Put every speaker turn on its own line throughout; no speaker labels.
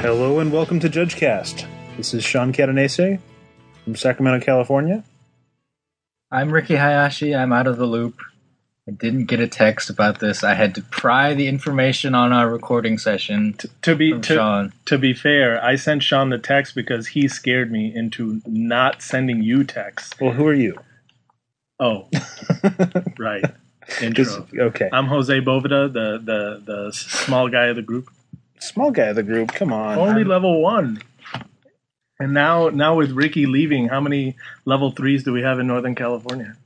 Hello and welcome to JudgeCast. This is Sean Catanese from Sacramento, California.
I'm Ricky Hayashi. I'm out of the loop. I didn't get a text about this. I had to pry the information on our recording session
To be
from
to,
Sean.
to be fair, I sent Sean the text because he scared me into not sending you texts.
Well, who are you?
Oh, right. Intro.
Just- okay.
Um,
I'm Jose Boveda, the the the s- small guy of the group,
Small guy of the group. Come on.
oh.
only
I'm-
level one. And now now with Ricky leaving, how many level threes do we have in Northern California?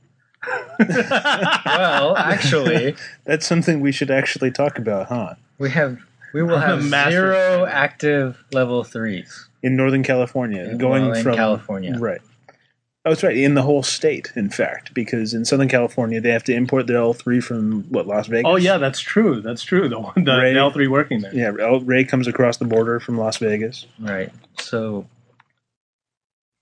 Well, actually,
that's something we should actually talk about, huh?
we have we will
I'm a
have
master
zero
fan.
active level threes.
In Northern California,
In-
going
well, in
from
California.
right. Oh, that's right. In the whole state, in fact, because in Southern California they have to import their L three from what Las Vegas.
Oh yeah, that's true. That's true. The one the,
Ray.
L three working there.
yeah. L- Ray comes across the border from Las Vegas.
Right. So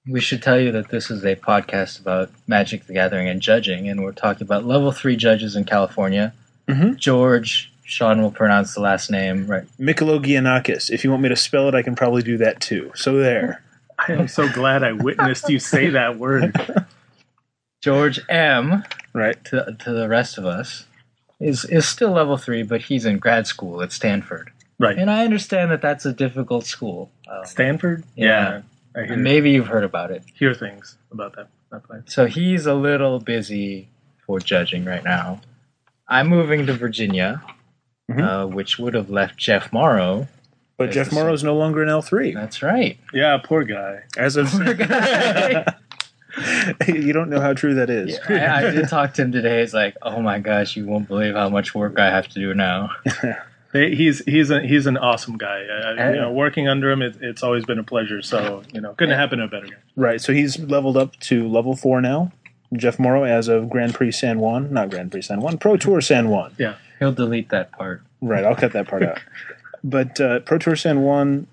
we should tell you that this is a podcast about Magic the Gathering and judging, and we're talking about level three judges in California.
Mm-hmm.
Mhm.
George. Sean will pronounce the last name right.
Michalogianakis. If you want me to spell it, I can probably do that too. So there.
I am so glad I witnessed you say that word.
George M.
Right.
to, to the rest of us is is still level three, but he's in grad school at Stanford,
Right.
and I understand that that's a difficult school. Um,
Stanford?
Yeah.
I hear,
and maybe you've heard about it.
hear things about that, that place.
So he's a little busy for judging right now. I'm moving to Virginia,
Mhm.
uh, which would have left Jeff Morrow.
But
It's
Jeff
the same.
Morrow's no longer an L three.
That's right.
Yeah, poor guy.
As
Oh
of
I,
you don't know how true that is.
I did talk to him today. He's like, "Oh my gosh, you won't believe how much work I have to do now."
They, he's he's a, he's an awesome guy. Uh,
Yeah.
you know, working under him, it, it's always been a pleasure. So you know, couldn't happen to a better guy.
Right. So he's leveled up to level four now. Jeff Morrow as of Grand Prix San Juan, not Grand Prix San Juan, Pro Tour San Juan.
He'll delete that part.
Right. I'll cut that part out. But uh, Pro Tour San Juan,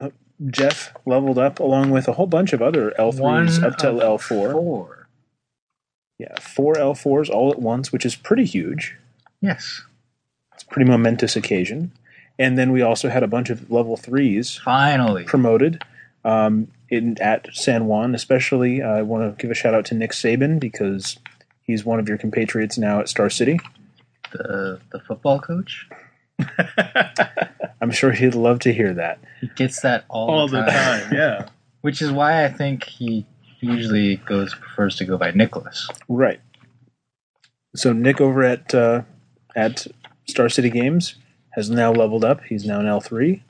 uh, Jeff leveled up along with a whole bunch of other L threes
One
up to
of
L four.
Four.
Yeah, four L fours all at once, which is pretty huge.
Yes.
It's a pretty momentous occasion. And then we also had a bunch of level threes
Finally.
promoted um, in at San Juan, especially. I want to give a shout out to Nick Saban because he's one of your compatriots now at Star City.
the the football coach.
I'm sure he'd love to hear that.
He gets that all,
All
the,
the
time,
time. Yeah.
which is why I think he usually goes prefers to go by Nicholas.
Right. So Nick over at uh, at Star City Games has now leveled up. He's now an L three,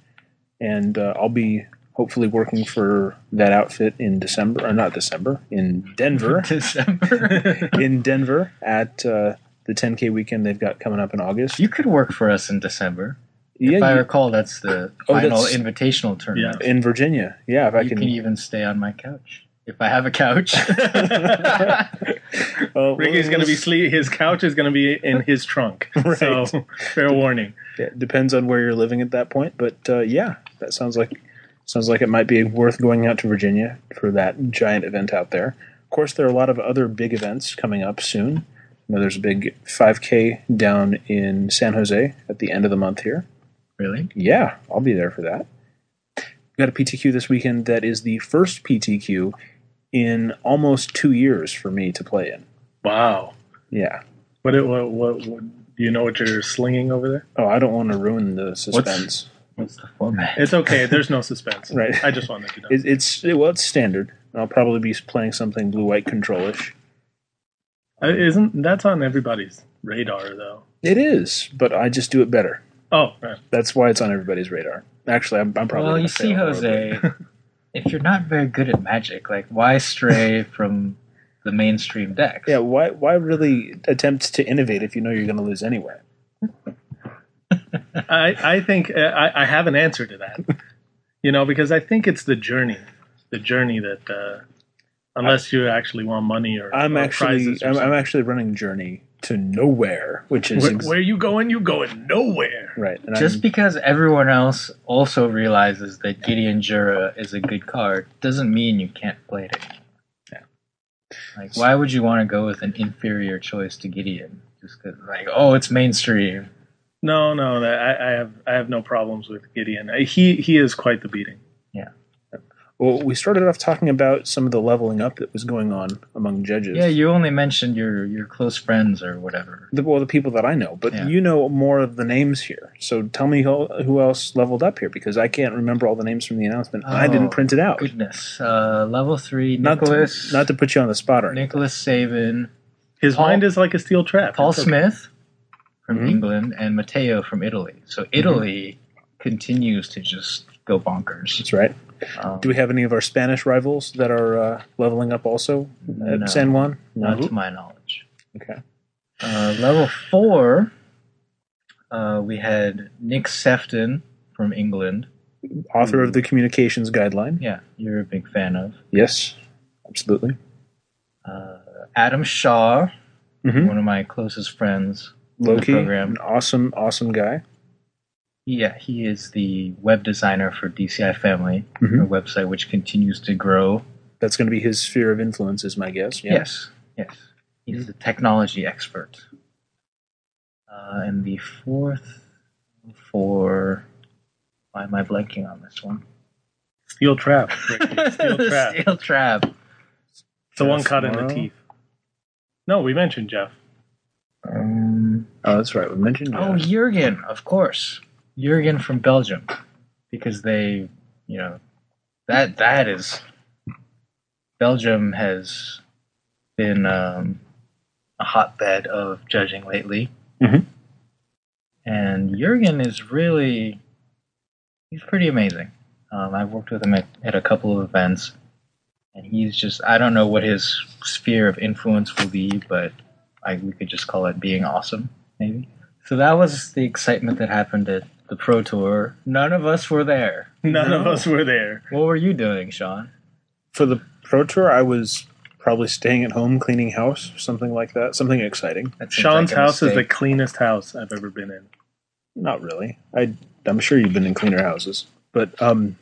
and uh, I'll be hopefully working for that outfit in December or not December in Denver.
December.
in Denver at uh, the 10K weekend they've got coming up in August.
you could work for us in December.
yeah,
if I
you-
recall, that's the
Oh,
final
that's-
invitational tournament.
in Virginia. Yeah, if I
you
can.
can, even stay on my couch if I have a couch.
uh,
Ricky's going to be
well,
sleep. His couch is going to be in his trunk. So fair warning.
yeah, depends on where you're living at that point, but uh, yeah, that sounds like sounds like it might be worth going out to Virginia for that giant event out there. Of course, there are a lot of other big events coming up soon. You know, there's a big 5K down in San Jose at the end of the month here.
really?
Yeah, I'll be there for that. We got a PTQ this weekend that is the first PTQ in almost two years for me to play in.
Wow.
Yeah.
What, it- what what what? Do you know what you're slinging over there?
Oh, I don't want to ruin the suspense.
What's the format?
It's okay. There's no suspense.
Right.
I just wanted to know.
It, it's it, well, it's standard. I'll probably be playing something blue white controlish.
Uh, Isn't that's on everybody's radar though?
It is, but I just do it better.
Oh, right.
That's why it's on everybody's radar. Actually, I'm, I'm probably.
Well,
gonna
you see,
fail horribly.
Jose, if you're not very good at magic, like why stray from the mainstream decks?
Yeah, why why really attempt to innovate if you know you're going to lose anyway?
I, I think uh, I, I have an answer to that. You know, because I think it's the journey, the journey that, uh, unless you actually want money or,
I'm
or
actually
prizes or
I'm, I'm
something.
actually running Journey to nowhere, which is ex-
where, where you going? You going nowhere.
right. And
Just
I'm,
because everyone else also realizes that Gideon Jura is a good card doesn't mean you can't play it.
Yeah.
Like, why would you want to go with an inferior choice to Gideon? Just because, like, oh, it's mainstream.
No, no, that- I, I have I have no problems with Gideon. I- He he is quite the beating.
Well, we started off talking about some of the leveling up that was going on among judges.
Yeah, you only mentioned your your close friends or whatever.
the, well, the people that I know, but
Yeah.
you know more of the names here. So tell me who, who else leveled up here because I can't remember all the names from the announcement. I
Oh,
didn't print it out.
Goodness, uh, level three,
Not to,
Nicholas,
not to put you on the spot or anything.
Nicholas Sabin,
His
Paul-
mind is like a steel trap.
Paul
It's okay.
Smith from
Mhm.
England, and Matteo from Italy. So Italy continues to just go bonkers.
That's right.
Um,
Mm-hmm. Do we have any of our Spanish rivals that are uh, leveling up also at
No.
San Juan?
not to my knowledge.
Okay.
Uh, level four, uh, we had Nick Sefton from England.
Author of the Communications Guideline.
Yeah, you're a big fan of.
Yes, absolutely.
Uh, Adam Shaw,
Mm-hmm.
one of my closest friends.
Loki,
program.
an awesome, awesome guy.
Yeah, he is the web designer for DCI Family,
Mhm.
a website which continues to grow.
That's going to be his sphere of influence, is my guess. Yeah.
Yes, yes. He's the technology expert. Uh, and the fourth, for why am I blanking on this one?
Steel trap. Ricky. Steel trap.
Steel trap.
It's the one
Jeff
caught in
Morrow.
the teeth. No, we mentioned Jeff.
Um,
Oh, that's right. We mentioned.
Oh,
that.
Jurgen, of course, Jurgen from Belgium, because they, you know, that that is Belgium has been um, a hotbed of judging lately,
Mhm.
and Jurgen is really he's pretty amazing. Um, I've worked with him at, at a couple of events, and he's just I don't know what his sphere of influence will be, but I, we could just call it being awesome, maybe. So that was the excitement that happened at the Pro Tour. None of us were there.
None of
No.
us were there.
What were you doing, Sean?
for the pro tour, I was probably staying at home, cleaning house, something like that. Something exciting.
That seems
Sean's
like a
house is the
mistake.
cleanest house I've ever been in.
Not really. I, I'm sure you've been in cleaner houses, but um,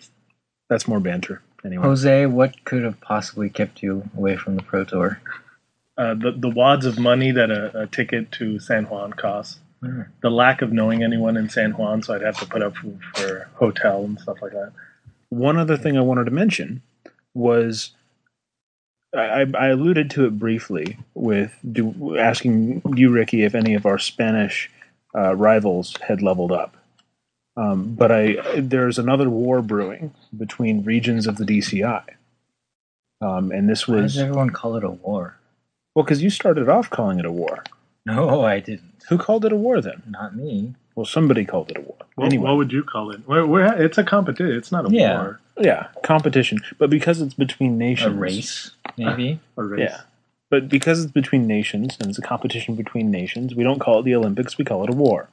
that's more banter anyway.
Jose, what could have possibly kept you away from the Pro Tour?
Uh, the the wads of money that a, a ticket to San Juan costs.
Hmm.
The lack of knowing anyone in San Juan, so I'd have to put up for, for hotel and stuff like that.
One other thing I wanted to mention was I, I- I alluded to it briefly with do, asking you, Ricky, if any of our Spanish uh, rivals had leveled up. Um, but I there's another war brewing between regions of the DCI, um, and this
Why
was
does everyone call it a war?
well because you started off calling it a war.
No, I didn't.
Who called it a war then?
Not me.
Well, somebody called it a war.
What,
anyway,
what would you call it? We're, we're, it's a competition. It's not a
Yeah.
war.
yeah, competition. But because it's between
A
nations,
race, maybe.
A race.
Yeah. But because it's between nations and it's a competition between nations, we don't call it the Olympics, we call it a war.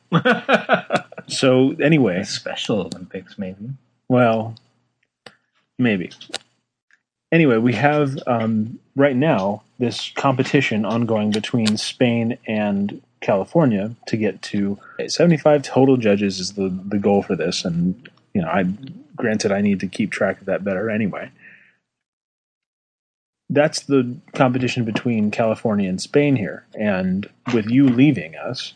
So,
A
anyway,
Special Olympics, maybe.
well, maybe. Anyway, we have um, right now this competition ongoing between Spain and California to get to 75 total judges is the, the goal for this. And, you know, I granted I need to keep track of that better anyway. That's the competition between California and Spain here. And with you leaving us,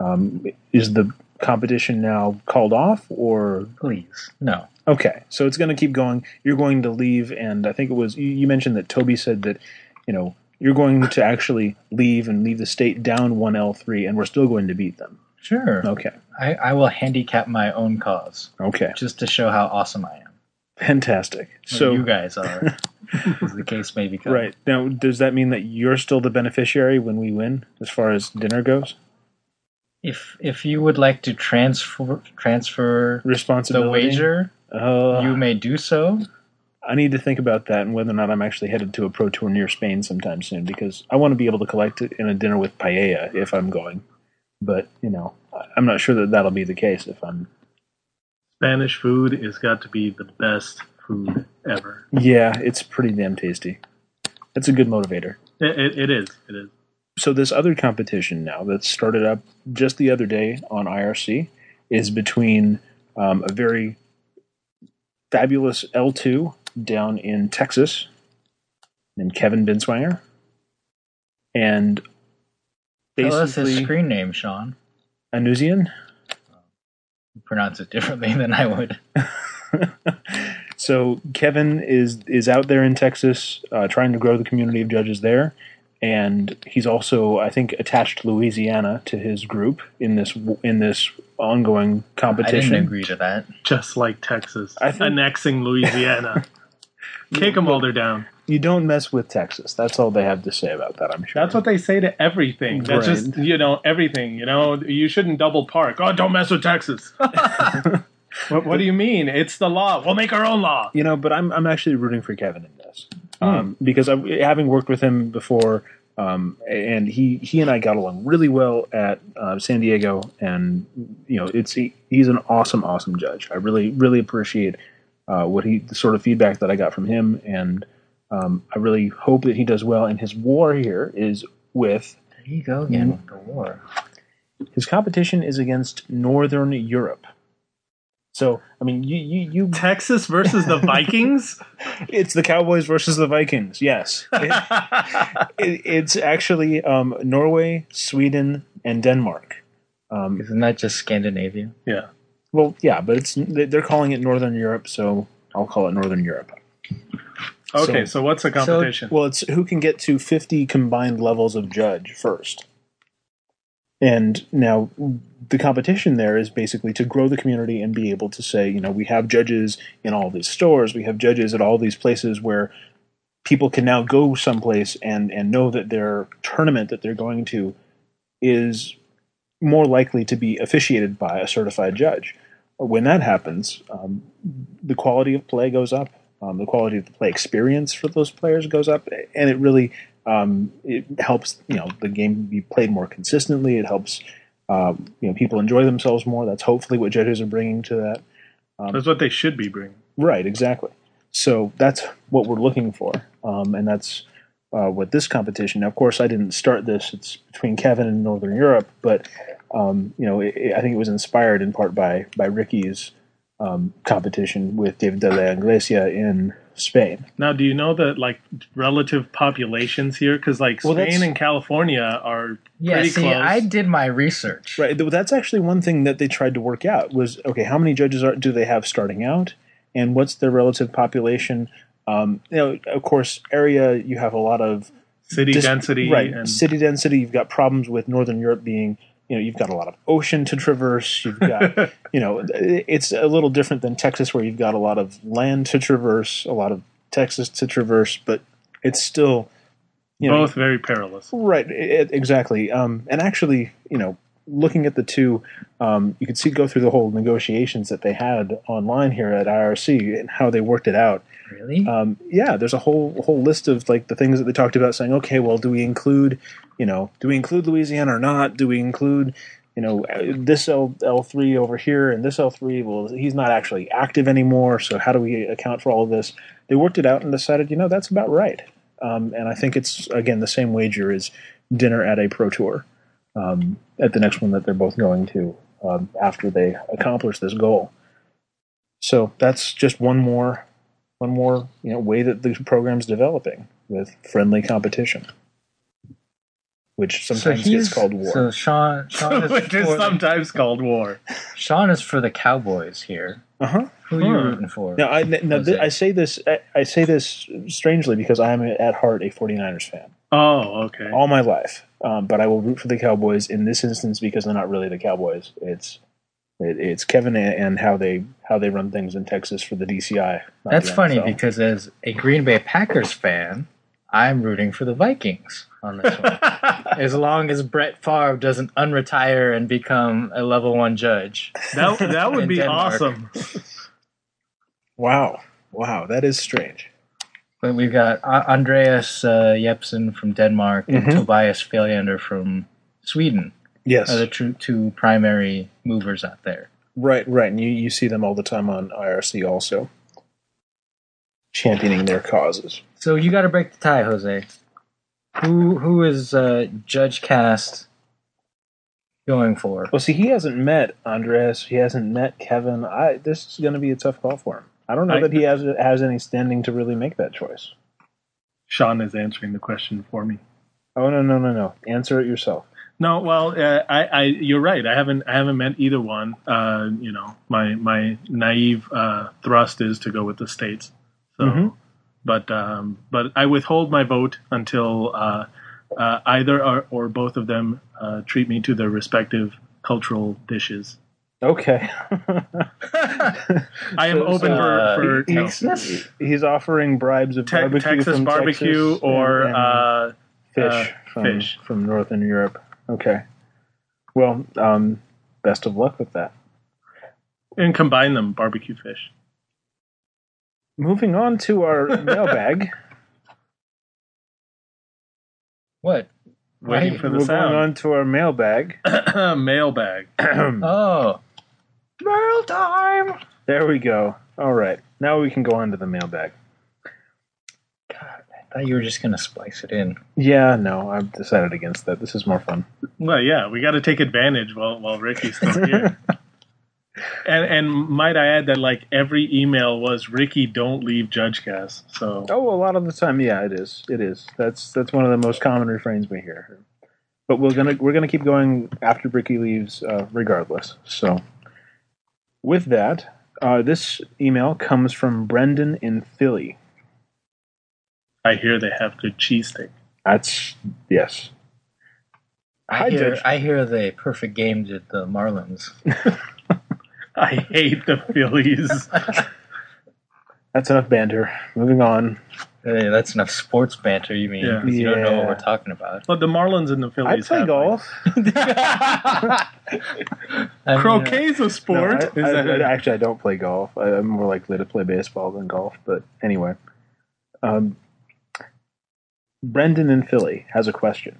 um, is the competition now called off or
Please. No.
Okay, so it's going to keep going. You're going to leave, and I think it was you, you mentioned that Toby said that, you know, you're going to actually leave and leave the state down one L three, and we're still going to beat them.
Sure.
Okay,
I, I will handicap my own cause
okay,
just to show how awesome I am.
fantastic.
Or
So
you guys are, as the case may become.
right now, does that mean that you're still the beneficiary when we win, as far as dinner goes?
If if you would like to transfer transfer the
Responsibility.
wager,
Uh,
you may do so.
I need to think about that and whether or not I'm actually headed to a pro tour near Spain sometime soon because I want to be able to collect it in a dinner with paella if I'm going. But, you know, I- I'm not sure that that'll be the case if I'm.
Spanish food has got to be the best food ever.
Yeah, it's pretty damn tasty. That's a good motivator.
It, it, it is. It is.
So, this other competition now that started up just the other day on IRC is between um, a very fabulous L2 down in Texas named Kevin Binswanger and
Tell us
basically
his screen name, Sean.
Anusian.
pronounce it differently than I would.
so Kevin is is out there in Texas uh, trying to grow the community of judges there, and he's also I think attached Louisiana to his group in this in this ongoing
I didn't
competition.
agree to that.
Just like Texas
I think-
annexing Louisiana. Kick them all, they're down.
You don't mess with Texas. That's all they have to say about that. I'm sure.
That's what they say to everything. That's
Right.
just you know everything. You know you shouldn't double park. Oh, don't mess with Texas. what, what do you mean? It's the law. We'll make our own law.
you know, but I'm I'm actually rooting for Kevin in this um, because I, having worked with him before, um, and he he and I got along really well at uh, San Diego, and you know, it's he, he's an awesome awesome judge. I really really appreciate uh, what he the sort of feedback that I got from him, and um, I really hope that he does well. And his war here is with
There you go again with the war.
his competition is against Northern Europe. So I mean, you you you
Texas versus the Vikings.
It's the Cowboys versus the Vikings. Yes, It- it- it's actually um, Norway, Sweden, and Denmark. Um,
Isn't that just Scandinavia?
yeah.
well, yeah, but it's they're calling it Northern Europe, so I'll call it Northern Europe. So-
Okay. So, what's the competition?
Well, it's who can get to fifty combined levels of judge first. And now the competition there is basically to grow the community and be able to say, you know, we have judges in all these stores, we have judges at all these places where people can now go someplace and and know that their tournament that they're going to is more likely to be officiated by a certified judge. When that happens, um, the quality of play goes up, um, the quality of the play experience for those players goes up, and it really um, it helps you know the game be played more consistently. It helps um, you know people enjoy themselves more. That's hopefully what judges are bringing to that.
That's what they should be bringing.
Right, exactly. So that's what we're looking for, um, and that's uh, what this competition. Now, of course, I didn't start this; it's between Kevin and Northern Europe, but um, you know, it, it- I think it was inspired in part by by Ricky's um, competition with David de la Iglesia in Spain.
Now, do you know the like relative populations here? Because like
Well, that's-
Spain and California are
Yeah,
pretty
see,
close.
I did my research.
Right. th- That's actually one thing that they tried to work out was okay, how many judges are, do they have starting out, and what's their relative population? Um, you know, of course, area you have a lot of
City
dis-
density.
right?
And,
City density. You've got problems with Northern Europe being, you know, you've got a lot of ocean to traverse. You've got, you know, it's a little different than Texas, where you've got a lot of land to traverse, a lot of Texas to traverse, but it's still, you know,
both very perilous.
Right, i i- exactly. Um, and actually, you know, looking at the two, um, you could see go through the whole negotiations that they had online here at IRC and how they worked it out.
Really?
Um, yeah, there's a whole whole list of like the things that they talked about, saying, okay, well, do we include, you know, do we include Louisiana or not? Do we include, you know, uh, this L L three over here and this L three? Well, he's not actually active anymore, so how do we account for all of this? They worked it out and decided, you know, that's about right. Um, and I think it's again the same wager as dinner at a pro tour um, at the next one that they're both going to um, after they accomplish this goal. So that's just one more one more you know way that the program's developing with friendly competition, which sometimes gets called war.
So Sean, Sean is,
Which is
for,
sometimes called war.
Sean is for the Cowboys here.
uh-huh.
Who are you
Huh.
rooting for?
Now, I, now th-
Jose.
I say this I, I say this strangely because I am at heart a 49ers fan
Oh, okay.
all my life, um, but I will root for the Cowboys in this instance because they're not really the Cowboys. It's it, it's Kevin and, and how they how they run things in Texas for the DCI. not
That's
the
funny
NFL.
because as a Green Bay Packers fan, I'm rooting for the Vikings on this one. as long as Brett Favre doesn't unretire and become a level one judge.
That that would
In
be
Denmark.
awesome.
wow, wow, that is strange.
But we've got A- Andreas uh, Jepsen from Denmark
Mhm.
and Tobias Faliander from Sweden
Yes,
are Uh, the two, two primary movers out there.
Right, right. And you, you see them all the time on IRC also championing their causes.
So you got to break the tie, Jose. Who who is uh, Judge Cast going for?
Well, see, he hasn't met Andres. He hasn't met Kevin. I This is going to be a tough call for him. I don't know
I-
that he has has any standing to really make that choice.
Sean is answering the question for me.
Oh no no no no! Answer it yourself.
No, well, uh, I, I, you're right. I haven't, I haven't met either one. Uh, you know, my my naive uh, thrust is to go with the states. So,
Mhm.
but um, but I withhold my vote until uh, uh, either or, or both of them uh, treat me to their respective cultural dishes.
Okay.
I am
So-
open
so,
uh,
for, for you know,
Texas?
He's offering bribes of
Te-
barbecue
Texas
from
barbecue
Texas
or
and- and
uh,
fish
uh,
from
fish.
from northern Europe. Okay. Well, um, best of luck with that.
and combine them barbecue fish.
Moving on to our mailbag.
What?
Waiting
Right.
for the
We're going
sound.
on to our mailbag.
Mailbag.
Oh. Merle time!
There we go. All right. Now we can go on to the mailbag.
I thought you were just going to splice it in.
Yeah, no, I've decided against that. This is more fun.
Well, yeah, we got to take advantage while while Ricky's still here. and and might I add that like every email was Ricky, don't leave JudgeCast. So
Oh, a lot of the time, yeah, it is. It is. That's that's one of the most common refrains we hear. But we're gonna we're gonna keep going after Ricky leaves, uh, regardless. So, with that, uh, this email comes from Brendan in Philly.
I hear they have good cheesesteak.
That's yes.
I,
I
hear,
did.
I hear the perfect game did the Marlins.
I hate the Phillies.
That's enough banter. Moving on.
Hey, that's enough sports banter, you mean?
Yeah.
'cause you don't know what
Yeah.
we're talking about.
but the Marlins and the
I
Phillies.
play
have,
golf.
I mean,
Like, Croquet's a
No, I-
sport.
I-
Is that
I-
a-
actually, I don't play golf. I, I'm more likely to play baseball than golf. But anyway, um, Brendan in Philly has a question.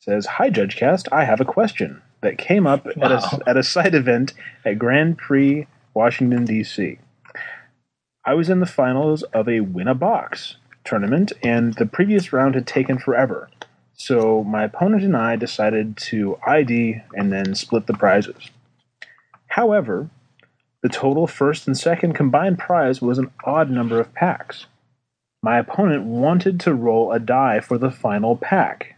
Says, "Hi, Judge Cast. I have a question that came up at,
Wow.
a, at a side event at Grand Prix, Washington D.C. I was in the finals of a win a box tournament, and the previous round had taken forever." So, my opponent and I decided to ID and then split the prizes. However, the total first and second combined prize was an odd number of packs. My opponent wanted to roll a die for the final pack,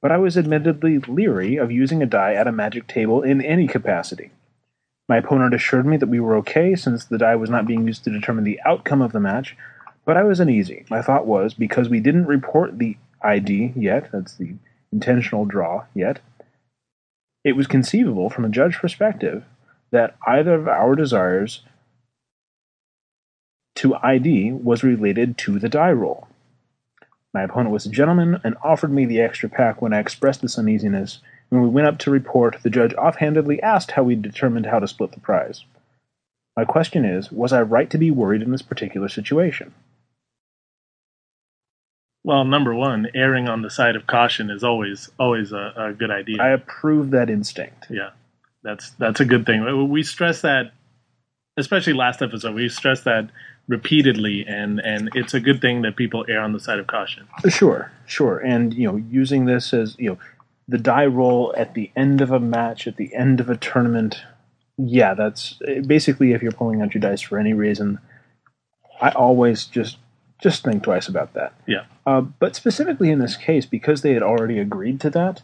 but I was admittedly leery of using a die at a magic table in any capacity. My opponent assured me that we were okay since the die was not being used to determine the outcome of the match, but I was uneasy. My thought was because we didn't report the ID yet, that's the intentional draw yet, it was conceivable from a judge perspective that either of our desires to ID was related to the die roll. My opponent was a gentleman and offered me the extra pack when I expressed this uneasiness. When we went up to report, the judge offhandedly asked how we determined how to split the prize. My question is Was I right to be worried in this particular situation?
well, number one, erring on the side of caution is always always a, a good idea.
I approve that instinct.
Yeah, that's that's a good thing. We- We stress that, especially last episode, we stressed that repeatedly, and and it's a good thing that people err on the side of caution.
Sure, sure. And, you know, using this as, you know, the die roll at the end of a match, at the end of a tournament, yeah, that's basically if you're pulling out your dice for any reason, I always just just think twice about that.
Yeah.
Uh, but specifically in this case, because they had already agreed to that,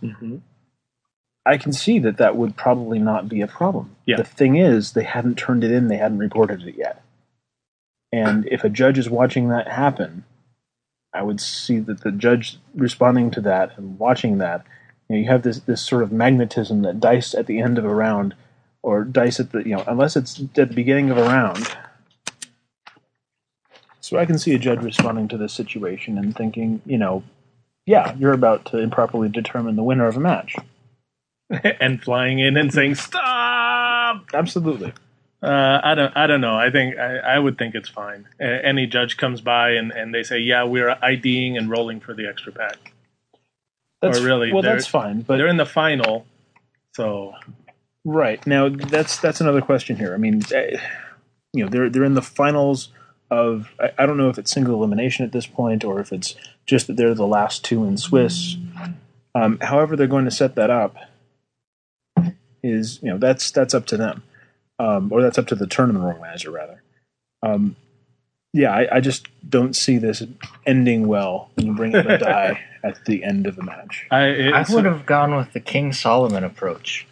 I can see that that would probably not be a problem.
Yeah.
The thing is, they hadn't turned it in, they hadn't reported it yet. And if a judge is watching that happen, I would see that the judge responding to that and watching that, you, know, you have this, this sort of magnetism that dice at the end of a round, or dice at the, you know, unless it's at the beginning of a round. So I can see a judge responding to this situation and thinking, you know, yeah, you're about to improperly determine the winner of a match.
and flying in and saying stop.
Absolutely.
Uh, I don't. I don't know. I think I, I would think it's fine. A- any judge comes by and, and they say, "Yeah, we're IDing and rolling for the extra pack."
That's,
Or really,
well,
they're-
that's fine. But
They're in the final, so
Right now, that's that's another question here. I mean, eh, you know, they're they're in the finals of I, I don't know if it's single elimination at this point or if it's just that they're the last two in Swiss. Um, however, they're going to set that up is you know that's that's up to them, um, or that's up to the tournament organizer rather. Um, yeah, I, I just don't see this ending well when you bring up a die at the end of the match.
I, it,
uh, I would have gone with the King Solomon approach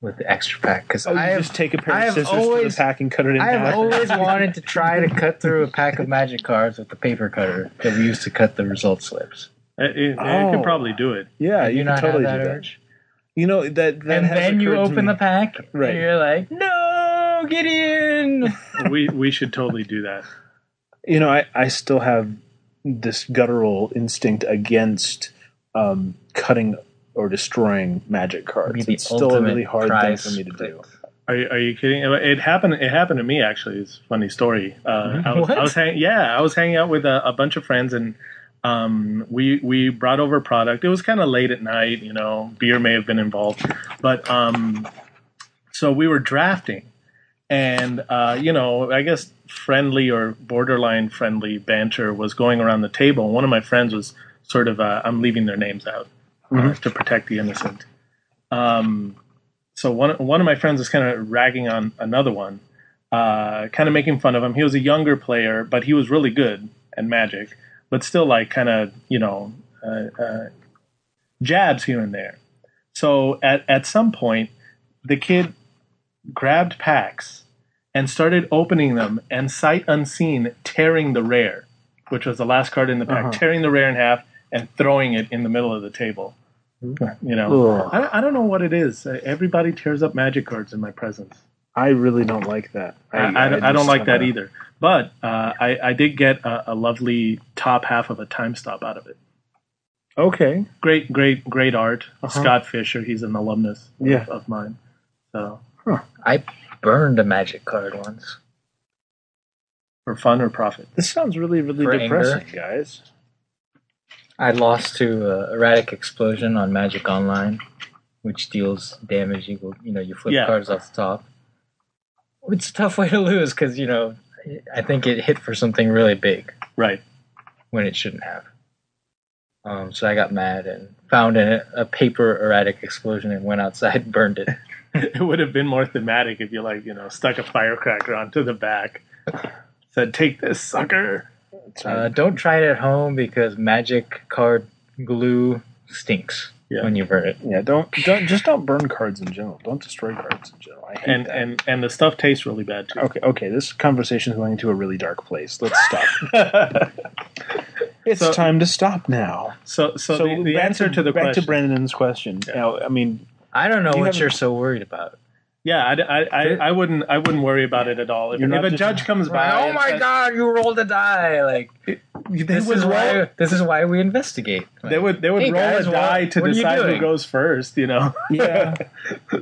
with the extra pack because
Oh, you
I have
just take a pair
I
of
have
scissors to
always-
the pack and cut it in
I have
half.
always wanted to try to cut through a pack of magic cards with the paper cutter that we used to cut the result slips.
it, it,
Oh.
could probably do it.
yeah,
Do
you
you
can
not
totally
have
do
that
that.
urge?
You know that, that
and
has
then you
occurred to
open
me.
the pack,
Right.
and you're like, "No, get in!"
we we should totally do that.
you know, I, I still have this guttural instinct against um, cutting or destroying magic cards. It's still a really hard thing for me to do.
Are you, are you kidding? It happened. It happened to me actually. It's a funny story. Uh, I was,
What?
I was hang, yeah, I was hanging out with a, a bunch of friends, and um, we we brought over product. It was kind of late at night. You know, beer may have been involved, but um, so we were drafting, and uh, you know, I guess friendly or borderline friendly banter was going around the table. One of my friends was sort of, uh, I'm leaving their names out uh, to protect the innocent. Um, so one one of my friends was kind of ragging on another one, uh, kind of making fun of him. He was a younger player, but he was really good at Magic, but still like kind of you know uh, uh, jabs here and there. So at at some point, the kid grabbed packs and started opening them, and sight unseen, tearing the rare, which was the last card in the pack,
Uh-huh.
tearing the rare in half and throwing it in the middle of the table. You know,
Mm-hmm. Ugh.
I, I don't know what it is. Uh, Everybody tears up magic cards in my presence.
I really don't like that.
I, I, don't- I
just
don't like that
kinda-
either. But uh, I, I did get a, a lovely top half of a time stop out of it.
Okay.
Great, great, great art.
Uh-huh.
Scott Fisher, he's an alumnus of-
Yeah.
of, mine. So
I burned a magic card once.
for fun or profit.
This sounds really, really
For
depressing, guys.
I lost to uh, erratic explosion on Magic Online, which deals damage equal. You know, you flip
Yeah.
cards off the top. It's a tough way to lose because you know, I think it hit for something really big
Right.
when it shouldn't have. Um, so I got mad and found a, a paper erratic explosion and went outside and burned it.
it would have been more thematic if you like, you know, stuck a firecracker onto the back. Said, "Take this, sucker."
It's
Uh, don't try it at home because magic card glue stinks
Yeah.
when you burn it.
yeah, don't don't just don't burn cards in general. Don't destroy cards in general. I hate
And
that.
and and the stuff tastes really bad too.
okay, okay, this conversation is going into a really dark place. Let's stop. it's
So-
time to stop now.
So so, the, the
back
answer to, the
back
question.
to Brandon's question. Now, I mean,
I don't know
You
what
haven't-
you're so worried about.
Yeah, I, I, I, I wouldn't I wouldn't worry about it at all. If,
You're not
if a
just-
judge comes by,
oh
and
my
says-
god, you rolled a die! Like
they
this
would
is why
roll,
this is why we investigate.
they would they would
Hey,
roll
guys,
a
what-
die to
what are you
decide who
doing?
goes first. You know,
yeah,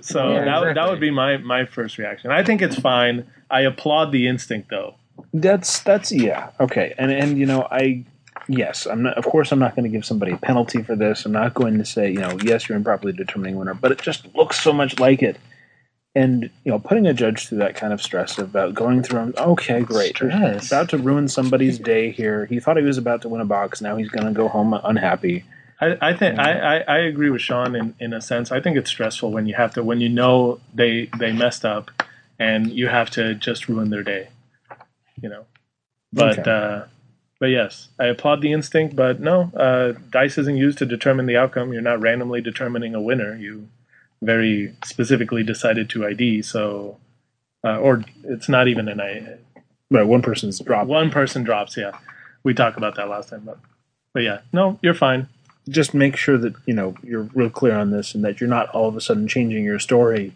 so
Yeah,
that that
exactly.
would be my my first reaction. I think it's fine. I applaud the instinct though.
that's that's yeah, okay, and and you know, I yes, I'm not. Of course, I'm not going to give somebody a penalty for this. I'm not going to say you know, yes, you're improperly determining a winner, but it just looks so much like it. And you know, putting a judge through that kind of stress about going through. and, Okay, great.
Stress.
About to ruin somebody's day here. He thought he was about to win a box. Now he's going to go home unhappy.
I, I think I, I, I agree with Sean in, in a sense. I think it's stressful when you have to when you know they they messed up and you have to just ruin their day. You know. But
Okay.
uh but yes, I applaud the instinct, but no, uh, dice isn't used to determine the outcome. You're not randomly determining a winner. You very specifically decided to ID, so uh, or it's not even an I.
But one person's dropped.
One person drops, yeah. We talked about that last time, but but yeah, no, you're fine.
just make sure that you know you're real clear on this and that you're not all of a sudden changing your story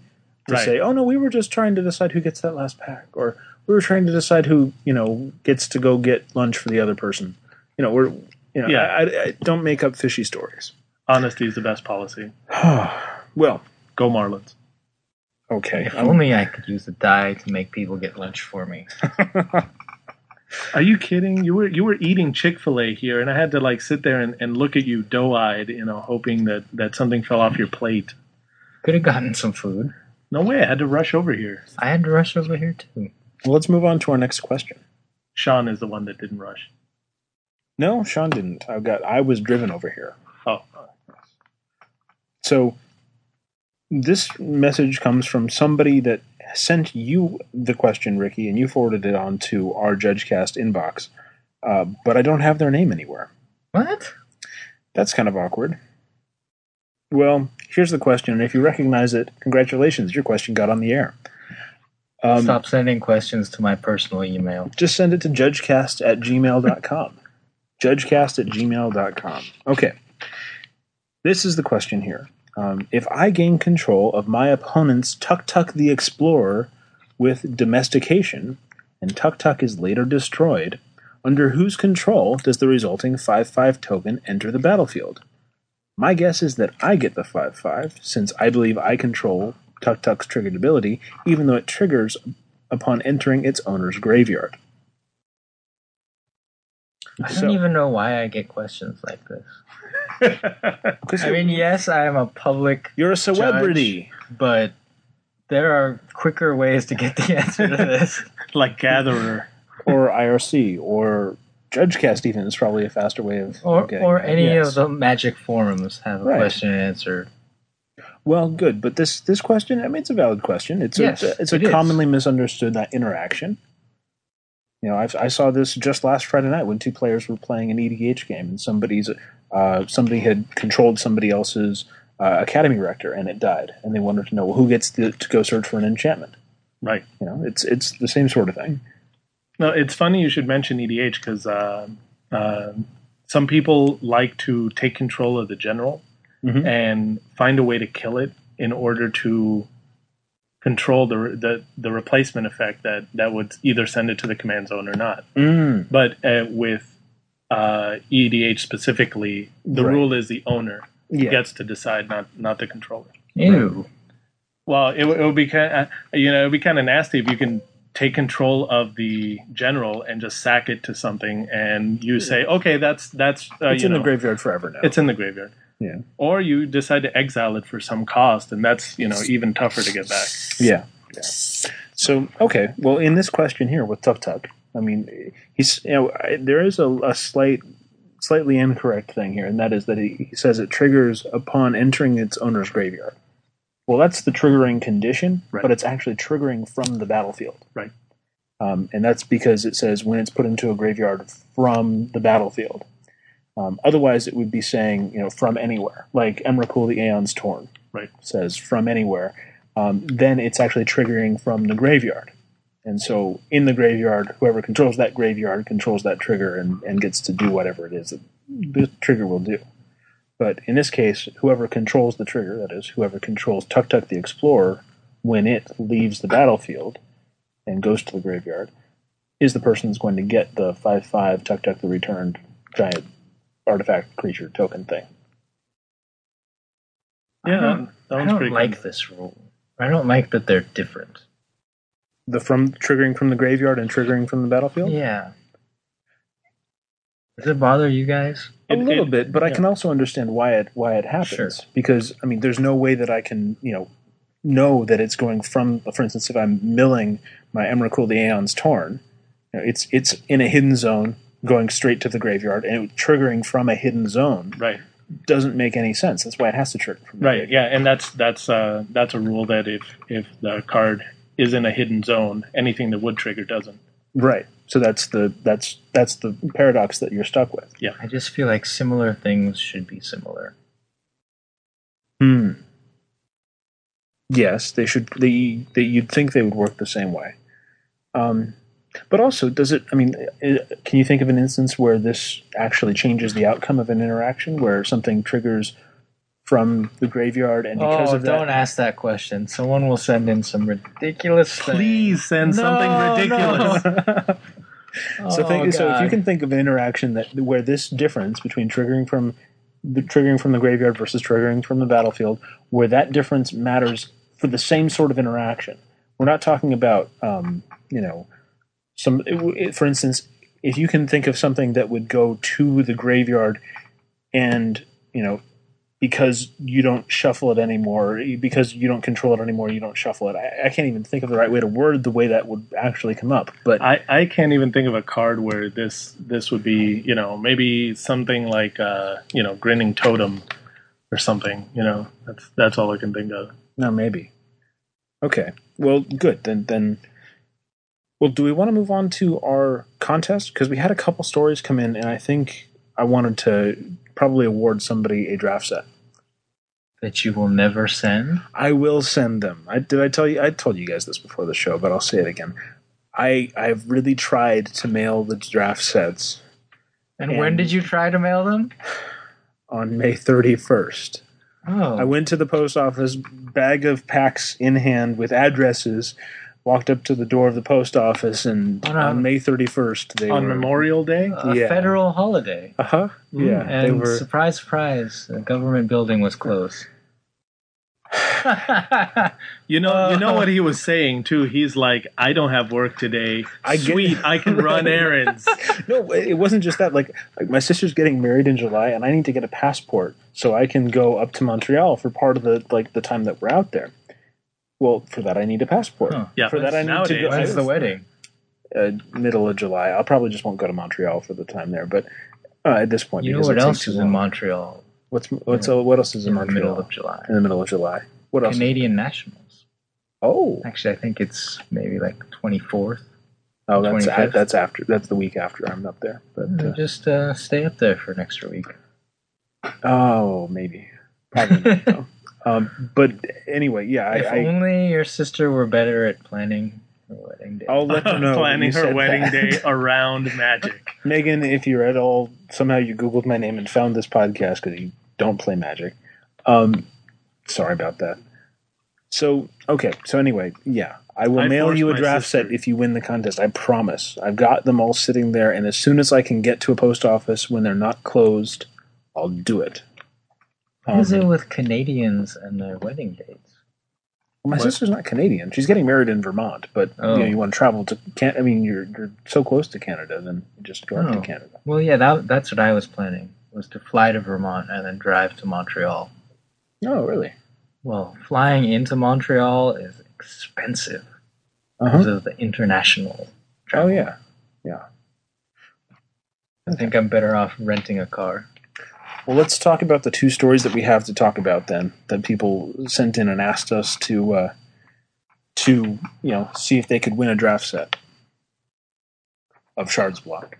to
Right.
say oh no we were just trying to decide who gets that last pack or we were trying to decide who you know gets to go get lunch for the other person you know we're you know,
Yeah.
I, I, I don't make up fishy stories
Honesty is the best policy.
well
Go Marlins.
okay
If
I'm-
only I could use a die to make people get lunch for me.
Are you kidding? You were you were eating Chick Fil A here, and I had to like sit there and, and look at you doe eyed, you know, hoping that that something fell off your plate.
Could have gotten some food.
No way! I had to rush over here.
I had to rush over here too.
well, let's move on to our next question
Sean is the one that didn't rush.
no sean didn't i got i was driven over here
Oh,
So this message comes from somebody that sent you the question, Ricky, and you forwarded it on to our JudgeCast inbox, uh, but I don't have their name anywhere.
What?
That's kind of awkward. Well, here's the question, and if you recognize it, congratulations, your question got on the air. Um,
Stop sending questions to my personal email.
Just send it to judgecast at gmail.com. judgecast at gmail.com. Okay. This is the question here. Um, if I gain control of my opponent's Tuk Tuk the Explorer with domestication, and Tuk Tuk is later destroyed, under whose control does the resulting 5 5 token enter the battlefield? My guess is that I get the 5 5, since I believe I control Tuk Tuk's triggered ability, even though it triggers upon entering its owner's graveyard.
I don't
So-
even know why I get questions like this.
'cause
I mean, yes, I am a public,
you're a celebrity.
but there are quicker ways to get the answer to this.
like gatherer.
or IRC or JudgeCast even is probably a faster way of
Or,
getting
or
that,
any
yes.
of the magic forums have a
Right.
question and answer.
Well, good, but this this question, I mean, it's a valid question. It's
Yes,
a, it's a
it is.
commonly misunderstood uh, interaction. You know, I've, I saw this just last Friday night when two players were playing an EDH game, and somebody's uh, somebody had controlled somebody else's uh, academy rector, and it died, and they wanted to know well, who gets to, to go search for an enchantment.
Right.
You know, it's it's the same sort of thing.
No, it's funny you should mention E EDH because uh, uh, some people like to take control of the general
Mhm.
and find a way to kill it in order to control the, the the replacement effect that that would either send it to the command zone or not.
Mm.
But uh, with uh, EDH specifically, the
Right.
rule is the owner
Yeah.
gets to decide, not not the controller.
Ew.
Well, it, would- it would be kind of, you know, it would be kind of nasty if you can take control of the general and just sack it to something, and you say, okay, that's that's uh,
it's
you
in
know,
the graveyard forever now.
it's in the graveyard.
Yeah.
Or you decide to exile it for some cost, and that's you know even tougher to get back.
Yeah. yeah. So okay, well, in this question here with Tuk Tuk, I mean, he's you know I, there is a, a slight, slightly incorrect thing here, and that is that he, he says it triggers upon entering its owner's graveyard. Well, that's the triggering condition,
Right.
but it's actually triggering from the battlefield.
Right.
Um, and that's because it says when it's put into a graveyard from the battlefield. Um, otherwise, it would be saying you know from anywhere, like Emrakul the Aeon's Torn
Right.
says from anywhere. Um, then it's actually triggering from the graveyard, and so in the graveyard, whoever controls that graveyard controls that trigger and, and gets to do whatever it is that the trigger will do. But in this case, whoever controls the trigger, that is, whoever controls Tuk Tuk the Explorer, when it leaves the battlefield and goes to the graveyard, is the person that's going to get the 5 5 Tuk Tuk the Returned giant artifact creature token thing.
Yeah,
I don't,
that
I
one's
don't
pretty
like
good.
this rule. I don't like that they're different.
The from triggering from the graveyard and triggering from the battlefield?
Yeah. Does it bother you guys?
a
It-
little
it-
bit, but I
yeah.
can also understand why it why it happens
Sure.
because I mean, there's no way that I can you know know that it's going from. For instance, if I'm milling my Emrakul the Aeon's Torn, you know, it's it's in a hidden zone going straight to the graveyard and it, triggering from a hidden zone
Right,
doesn't make any sense. That's why it has to trigger from the
right,
graveyard.
yeah, and that's that's uh, that's a rule that if if the card is in a hidden zone, anything that would trigger doesn't.
right. So that's the that's that's the paradox that you're stuck with.
I just feel like similar things should be similar.
Hmm. Yes, they should. They, they you'd think they would work the same way. Um, but also, does it? I mean, i can you think of an instance where this actually changes the outcome of an interaction, where something triggers from the graveyard, and because
oh,
of
don't
that,
ask that question. Someone will send in some ridiculous thing.
Please send something
No,
ridiculous.
so,
Oh,
think, so if you
God.
can think of an interaction that where this difference between triggering from the triggering from the graveyard versus triggering from the battlefield, where that difference matters for the same sort of interaction. We're not talking about um, you know some it w- it- for instance, if you can think of something that would go to the graveyard and you know because you don't shuffle it anymore, because you don't control it anymore, you don't shuffle it. I, I can't even think of the right way to word the way that would actually come up, but
I, I can't even think of a card where this this would be you know maybe something like uh, you know grinning totem or something you know that's that's all I can think of.
No, maybe. Okay. Well, good. Then, then. Well, do we want to move on to our contest? Because we had a couple stories come in, and I think I wanted to probably award somebody a draft set.
that you will never send.
I will send them. I did. I tell you. I told you guys this before the show, but I'll say it again. I I've really tried to mail the draft sets
And,
And-
when did you try to mail them?
on May thirty first.
Oh,
I went to the post office, bag of packs in hand with addresses. Walked up to the door of the post office, and
Oh, no.
on May thirty first, they
on
were,
Memorial Day.
a
yeah.
federal holiday.
Uh huh. Yeah, they
Hmm, And
were.
surprise, surprise, the government building was closed.
You know, you know what he was saying too. He's like, I don't have work today.
I get-
Sweet, I can run errands.
No, it wasn't just that. Like, like my sister's getting married in July, and I need to get a passport so I can go up to Montreal for part of the like the time that we're out there. Well, for that I need a passport.
Huh.
Yeah,
For that I need
nowadays,
to go.
When's the wedding?
Uh, middle of July. I probably just won't go to Montreal for the time there. But uh, at this point,
You know
because
what
it takes
else
too
is
long.
in Montreal
What's what's uh, what else is in,
in the
Montreal
middle of July?
in the middle of July? What else?
Canadian nationals.
Oh,
Actually, I think it's maybe like the 24th.
oh, that's
25th.
that's after. That's the week after I'm up there.
Hmm.
But uh,
Just uh, stay up there for an extra week.
oh, maybe probably. not, though. Um, but anyway, yeah,
if
I, I
only your sister were better at planning her wedding day.
I'll let her know. that you
planning her
said
wedding
that.
day around magic.
Megan, if you're at all somehow you googled my name and found this podcast because you don't play magic. Um, sorry about that. So okay. So anyway, yeah, I will
I
mail
forced
you a
my
draft
sister.
set if you win the contest. I promise. I've got them all sitting there, and as soon as I can get to a post office when they're not closed, I'll do it.
What is it
Um,
with Canadians and their wedding dates?
my sister's not Canadian. She's getting married in Vermont, but
Oh.
you, know, you want to travel to Can I mean, you're you're so close to Canada, then you just go up to
Oh.
Canada.
Well, yeah, that, that's what I was planning was to fly to Vermont and then drive to Montreal.
Oh, really?
Well, flying into Montreal is expensive because
Uh-huh.
of the international
Oh
travel.
yeah.
I think I'm better off renting a car.
Well, let's talk about the two stories that we have to talk about then that people sent in and asked us to uh, to you know see if they could win a draft set of shards block.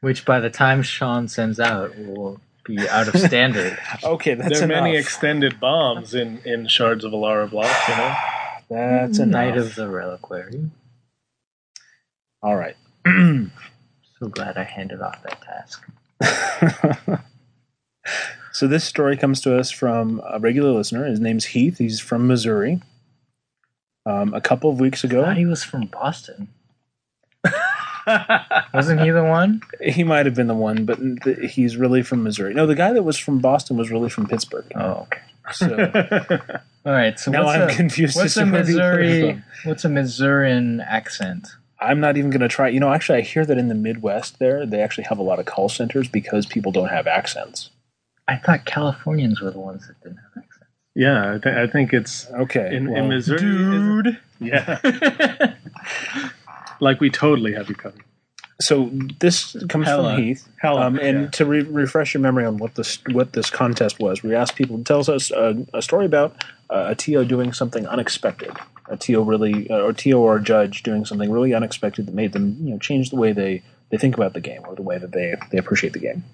Which by the time Sean sends out will be out of standard.
Okay, that's
There are
enough.
many extended bombs in, in shards of Alara block, you know?
that's
Mm,
enough.
Night of the Reliquary.
All right.
So glad I handed off that task.
so this story comes to us from a regular listener. His name's Heath. He's from Missouri. Um, a couple of weeks ago,
thought he was from Boston. Wasn't he the one?
he might have been the one, but th- he's really from Missouri. No, the guy that was from Boston was really from Pittsburgh.
Oh, okay.
So
All right. So
now
what's
I'm
a,
confused. as
what's a
to where these are
Missouri?
from.
What's a Missourian accent?
I'm not even going to try. You know, actually, I hear that in the Midwest, there they actually have a lot of call centers because people don't have accents.
I thought Californians were the ones that didn't have accents.
yeah, I, th- I think it's
Okay,
in,
well,
in Missouri. is- Yeah. like we totally have you covered.
so this comes
Hella.
from Heath.
Hella,
Um, and
yeah.
to re- refresh your memory on what this what this contest was, we asked people to tell us a, a story about uh, a TO doing something unexpected. A TO really, uh, or TO or a judge doing something really unexpected that made them, you know, change the way they they think about the game or the way that they they appreciate the game.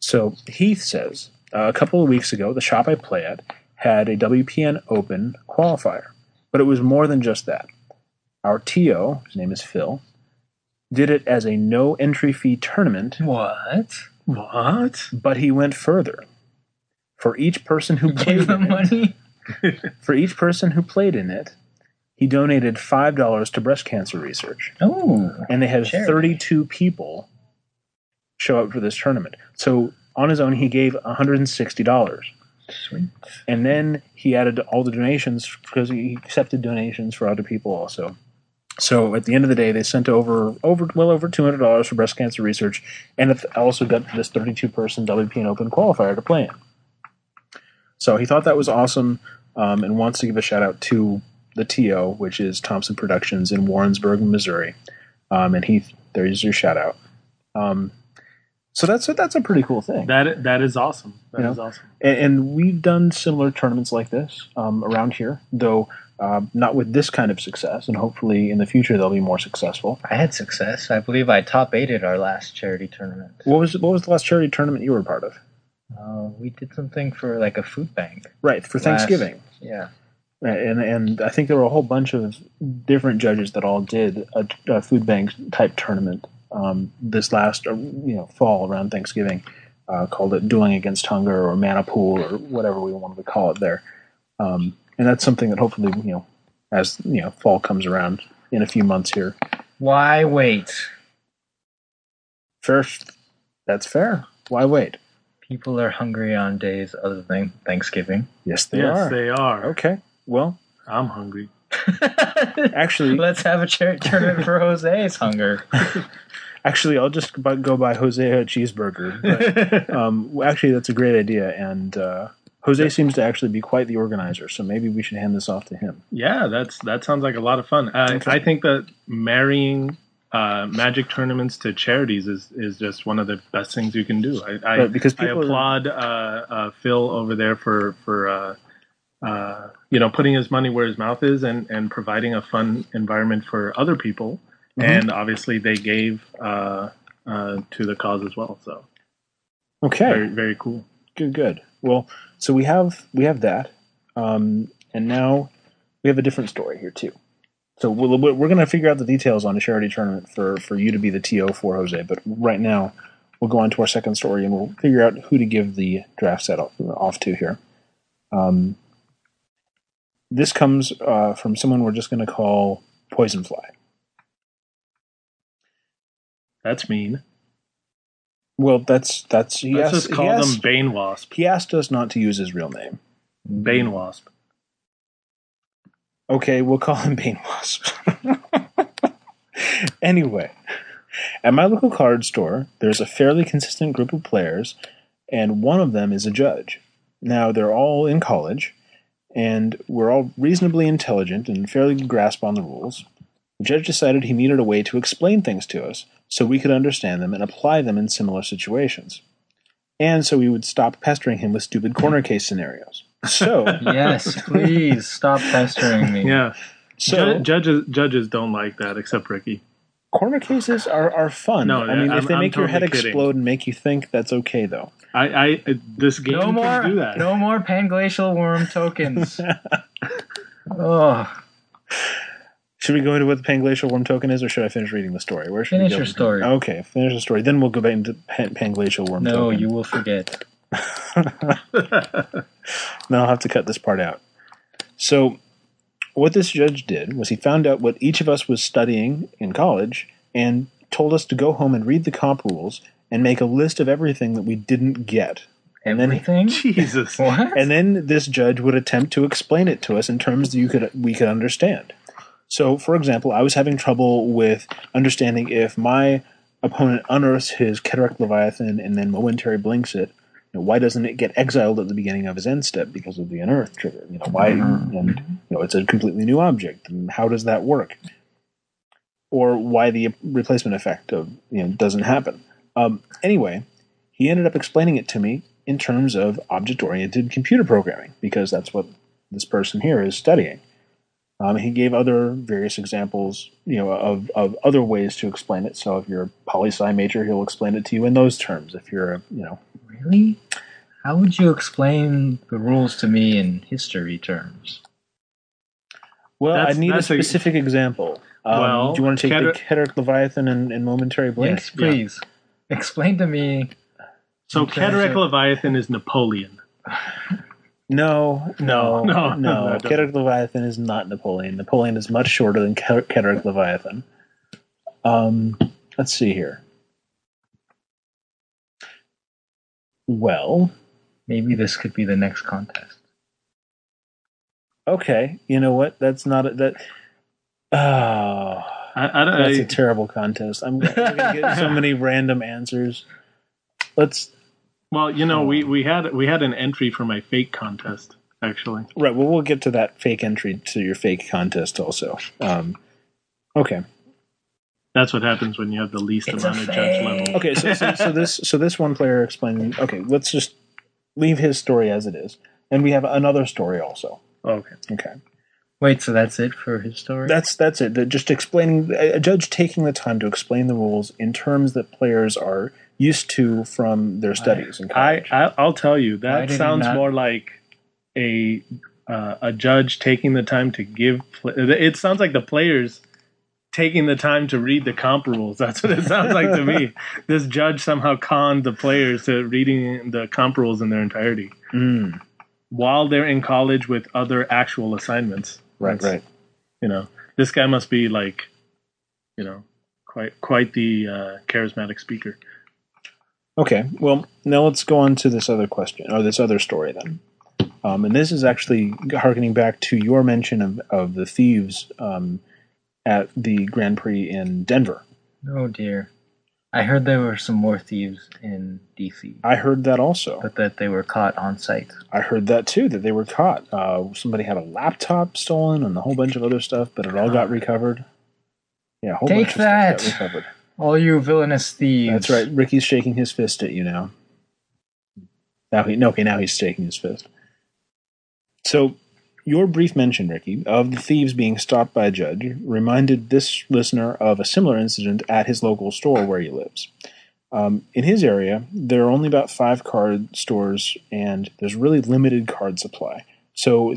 So Heath says uh, a couple of weeks ago, the shop I play at had a WPN Open qualifier, but it was more than just that. Our TO, his name is Phil, did it as a no entry fee tournament
What?
What?
but he went further. For each person who
Gave
played
them
in it,
money?
for each person who played in it, he donated five dollars to breast cancer research,
Oh,
and they had
Charity.
thirty-two people show up for this tournament. So on his own, he gave one hundred and sixty dollars,
sweet.
and then he added all the donations because he accepted donations for other people also. So at the end of the day, they sent over over well over two hundred dollars for breast cancer research, and it also got this thirty-two person WPN Open qualifier to play in. So he thought that was awesome, um, and wants to give a shout out to the TO, which is Thompson Productions in Warrensburg, Missouri. Um, and Heath, there's your shout out. Um, so that's that's a pretty cool thing
That that is awesome. That is
Yeah.
awesome.
and, and we've done similar tournaments like this um, around here. Though uh, not with this kind of success, and hopefully in the future they'll be more successful.
I had success. I believe I top aided our last charity tournament.
What was what was the last charity tournament you were a part of?
Uh, we did something for like a food bank.
Right for Thanksgiving,
Yeah.
and and I think there were a whole bunch of different judges that all did a, a food bank type tournament um, this last uh, you know fall around Thanksgiving. Uh, called it dueling against hunger or mana pool or whatever we wanted to call it there, um, and that's something that hopefully you know as you know fall comes around in a few months here.
Why wait?
First, that's fair. Why wait?
People are hungry on days other than Thanksgiving.
Yes, they
yes,
are.
they are.
okay. Well,
I'm hungry.
actually,
Let's have a charity tournament for Jose's hunger.
Actually, I'll just bu- go by Jose a cheeseburger. But, um, well, actually, that's a great idea, and uh, Jose seems to actually be quite the organizer. So maybe we should hand this off to him.
Yeah, that's that sounds like a lot of fun. I,
Okay.
I think that marrying uh, magic tournaments to charities is is just one of the best things you can do. I, I,
Right, because
I
people are-
applaud uh, uh, Phil over there for for uh, uh, you know putting his money where his mouth is and and providing a fun environment for other people.
Mhm.
And obviously, they gave uh, uh, to the cause as well. So very
Okay,
very cool.
good, good. Well, so we have we have that, um, and now we have a different story here too. So we'll, we're going to figure out the details on a charity tournament for for you to be the TO for Jose. But right now, we'll go on to our second story, and we'll figure out who to give the draft set off, off to here. Um, this comes uh, from someone we're just going to call Poisonfly.
That's mean.
Well, that's that's he
Let's
asked,
just call
he
them
asked,
Bane Wasp.
he asked us not to use his real name.
Bane Wasp.
Okay, we'll call him Bane Wasp. anyway, at my local card store, there's a fairly consistent group of players, and one of them is a judge. Now, they're all in college, and we're all reasonably intelligent and fairly good grasp on the rules. The judge decided he needed a way to explain things to us so we could understand them and apply them in similar situations. And so we would stop pestering him with stupid corner case scenarios. So,
Yes, please stop pestering me.
Yeah.
so
Ju- judges judges don't like that except Ricky.
corner cases are, are fun.
No,
I mean,
I'm-
if they
I'm
make your head
totally kidding.
explode and make you think, that's okay though.
I, I this game
No
can
more,
do that.
no more panglacial worm tokens. oh,
Should we go into what the Panglacial Worm token is, or should I finish reading the story? Where should we
Finish
go?
your story.
Okay, finish the story. Then we'll go back into Pan- Panglacial Worm
no,
token.
you will forget.
Then I'll have to cut this part out. So, what this judge did was he found out what each of us was studying in college and told us to go home and read the comp rules and make a list of everything that we didn't get. And then he-
Everything?
Jesus.
What?
and then this judge would attempt to explain it to us in terms that you could we could understand. So, for example, I was having trouble with understanding if my opponent unearths his Keterak Leviathan and then momentary blinks it. you know, why doesn't it get exiled at the beginning of his end step because of the unearth trigger? You know why? And you know it's a completely new object. And how does that work? Or why the replacement effect of you know doesn't happen? Um, anyway, he ended up explaining it to me in terms of object oriented computer programming because that's what this person here is studying. Um, he gave other various examples, you know, of, of other ways to explain it. So if you're a poli sci major, he'll explain it to you in those terms. If you're a, you know,
really? How would you explain the rules to me in history terms?
well,
That's-
I need a
that's a-
specific example. Um,
Well,
do you want to take
Keter-
the Keter Leviathan and, and momentary blink?
Yes, please. Explain to me.
So
Okay,
Cataract
so-
Leviathan is Napoleon.
No, no, no,
No, no,
no.
no.
Keter Leviathan is not Napoleon. Napoleon is much shorter than Keter- Keter Leviathan. Um, let's see here. Well,
Maybe this could be the next contest.
okay. You know what? That's not a, that. Oh,
I, I don't,
that's a
I,
terrible contest. I'm, I'm gonna get so many random answers. Let's
well, you
oh.
know, we, we had we had an entry for my fake contest actually.
Right. Well, we'll get to that fake entry to your fake contest also. Um, okay.
That's what happens when you have the least
It's
amount
a
of judge level.
Okay, so, so, so this so this one player explaining. Okay, let's just leave his story as it is, and we have another story also.
Okay.
Okay,
Wait, so that's it for his story?
That's that's it. They're Just explaining a a judge taking the time to explain the rules in terms that players are used to from their studies in
I,
college.
I I'll tell you
Why
that
did he
sounds
not-
more like a uh, a judge taking the time to give. Pl- it sounds like the players taking the time to read the comp rules. That's what it sounds like to me. This judge somehow conned the players to reading the comp rules in their entirety
Mm,
while they're in college with other actual assignments.
right,
That's-
right.
You know, this guy must be like, you know, quite quite the uh, charismatic speaker.
Okay, well, now let's go on to this other question, or this other story then. Um, and this is actually harkening back to your mention of, of the thieves um, at the Grand Prix in Denver.
Oh dear. I heard there were some more thieves in DC,
I heard that also.
but that they were caught on site.
I heard that too, that they were caught. Uh, somebody had a laptop stolen and a whole bunch of other stuff, but it all got recovered. Yeah, a whole
Take
bunch of
that.
stuff got recovered.
All you villainous thieves.
That's right. Ricky's shaking his fist at you now. Now he no, okay, now he's shaking his fist. So your brief mention, Ricky, of the thieves being stopped by a judge reminded this listener of a similar incident at his local store where he lives. Um, in his area, there are only about five card stores, and there's really limited card supply. So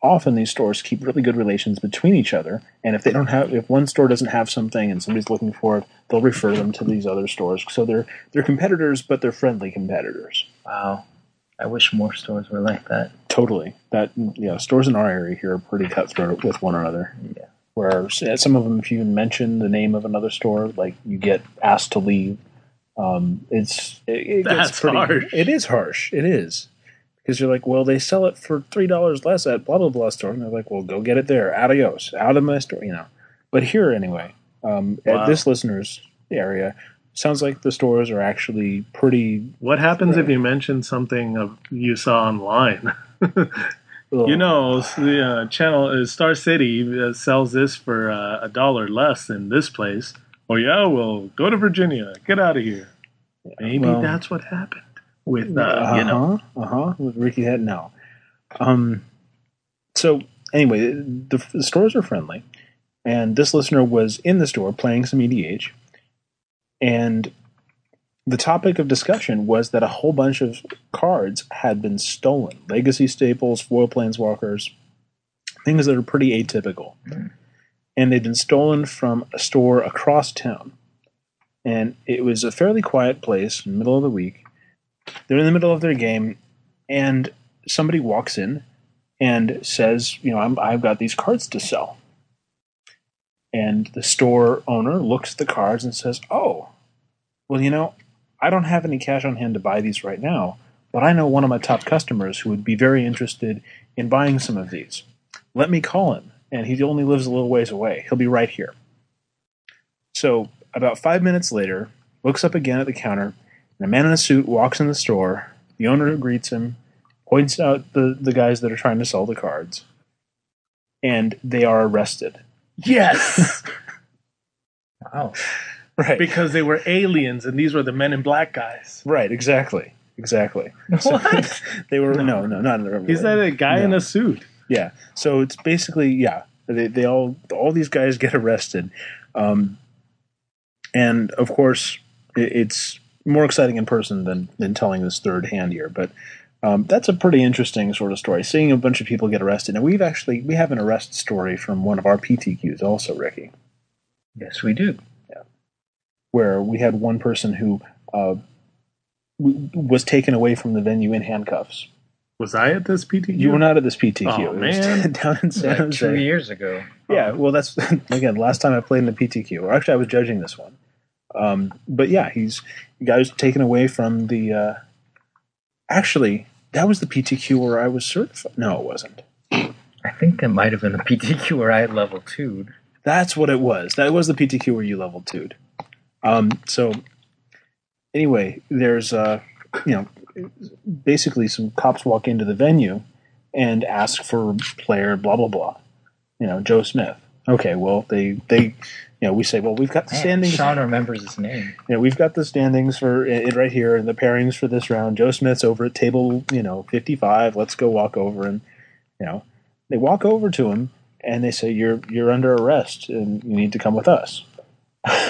often these stores keep really good relations between each other and if they don't have if one store doesn't have something and somebody's looking for it they'll refer them to these other stores so they're they're competitors but they're friendly competitors
Wow. I wish more stores were like that.
totally that yeah stores in our area here are pretty cutthroat with one another
Yeah.
where s- uh, some of them if you even mention the name of another store like you get asked to leave um, it's it, it gets
That's
pretty
harsh.
it is harsh it is because you're like well they sell it for three dollars less at blah blah blah store and they're like well go get it there adios out of my store you know but here anyway um,
Wow.
at this listener's area sounds like the stores are actually pretty
What happens if you mention something of you saw online? You know, s- the uh, channel uh, Star City uh, sells this for uh, a dollar less than this place. Oh yeah, well, go to Virginia. Get out of here. Maybe
well-
that's what happened with uh, you know.
uh huh. With Ricky had no. Um, so anyway, the, the stores are friendly, and this listener was in the store playing some EDH, and the topic of discussion was that a whole bunch of cards had been stolen: legacy staples, foil planeswalkers, things that are pretty atypical, and they'd been stolen from a store across town. And it was a fairly quiet place, middle of the week, they're in the middle of their game and somebody walks in and says you know I'm, i've got these cards to sell and the store owner looks at the cards and says oh well you know i don't have any cash on hand to buy these right now but i know one of my top customers who would be very interested in buying some of these let me call him and he only lives a little ways away he'll be right here so about five minutes later looks up again at the counter and a man in a suit walks in the store. The owner greets him, points out the, the guys that are trying to sell the cards, and they are arrested.
Yes,
Wow.
Right.
because they were aliens, and these were the Men in Black guys.
right, exactly. Exactly.
What?
They were no, no, not in the
He's that a guy in
No.
a suit?
Yeah. So it's basically yeah. They they all all these guys get arrested, um, and of course it, it's more exciting in person than than telling this third hand here. But um, that's a pretty interesting sort of story. Seeing a bunch of people get arrested, and we've actually we have an arrest story from one of our PTQs also, Ricky,
yes, we do.
where we had one person who uh, w- was taken away from the venue in handcuffs.
Was I at this PTQ?
You were not at this PTQ.
Aw,
It was
man.
down in San
Like
Jose.
two years ago.
Yeah, well, that's again. Last time I played in the PTQ, or actually, I was judging this one. Um, but yeah, he's the guy was taken away from the. Uh, actually, that was the PTQ where I was certified. No, it wasn't.
I think that might have been a PTQ where I had level two.
That's what it was. That was the PTQ where you leveled two. Um, so anyway, there's uh, you know basically some cops walk into the venue and ask for player blah blah blah. You know, Joe Smith. Okay, well they they you know we say well we've got the
Man,
standings.
Sean remembers his name.
you know, we've got the standings for it right here and the pairings for this round. Joe Smith's over at table, you know, 55. Let's go walk over and, you know, they walk over to him and they say you're you're under arrest and you need to come with us.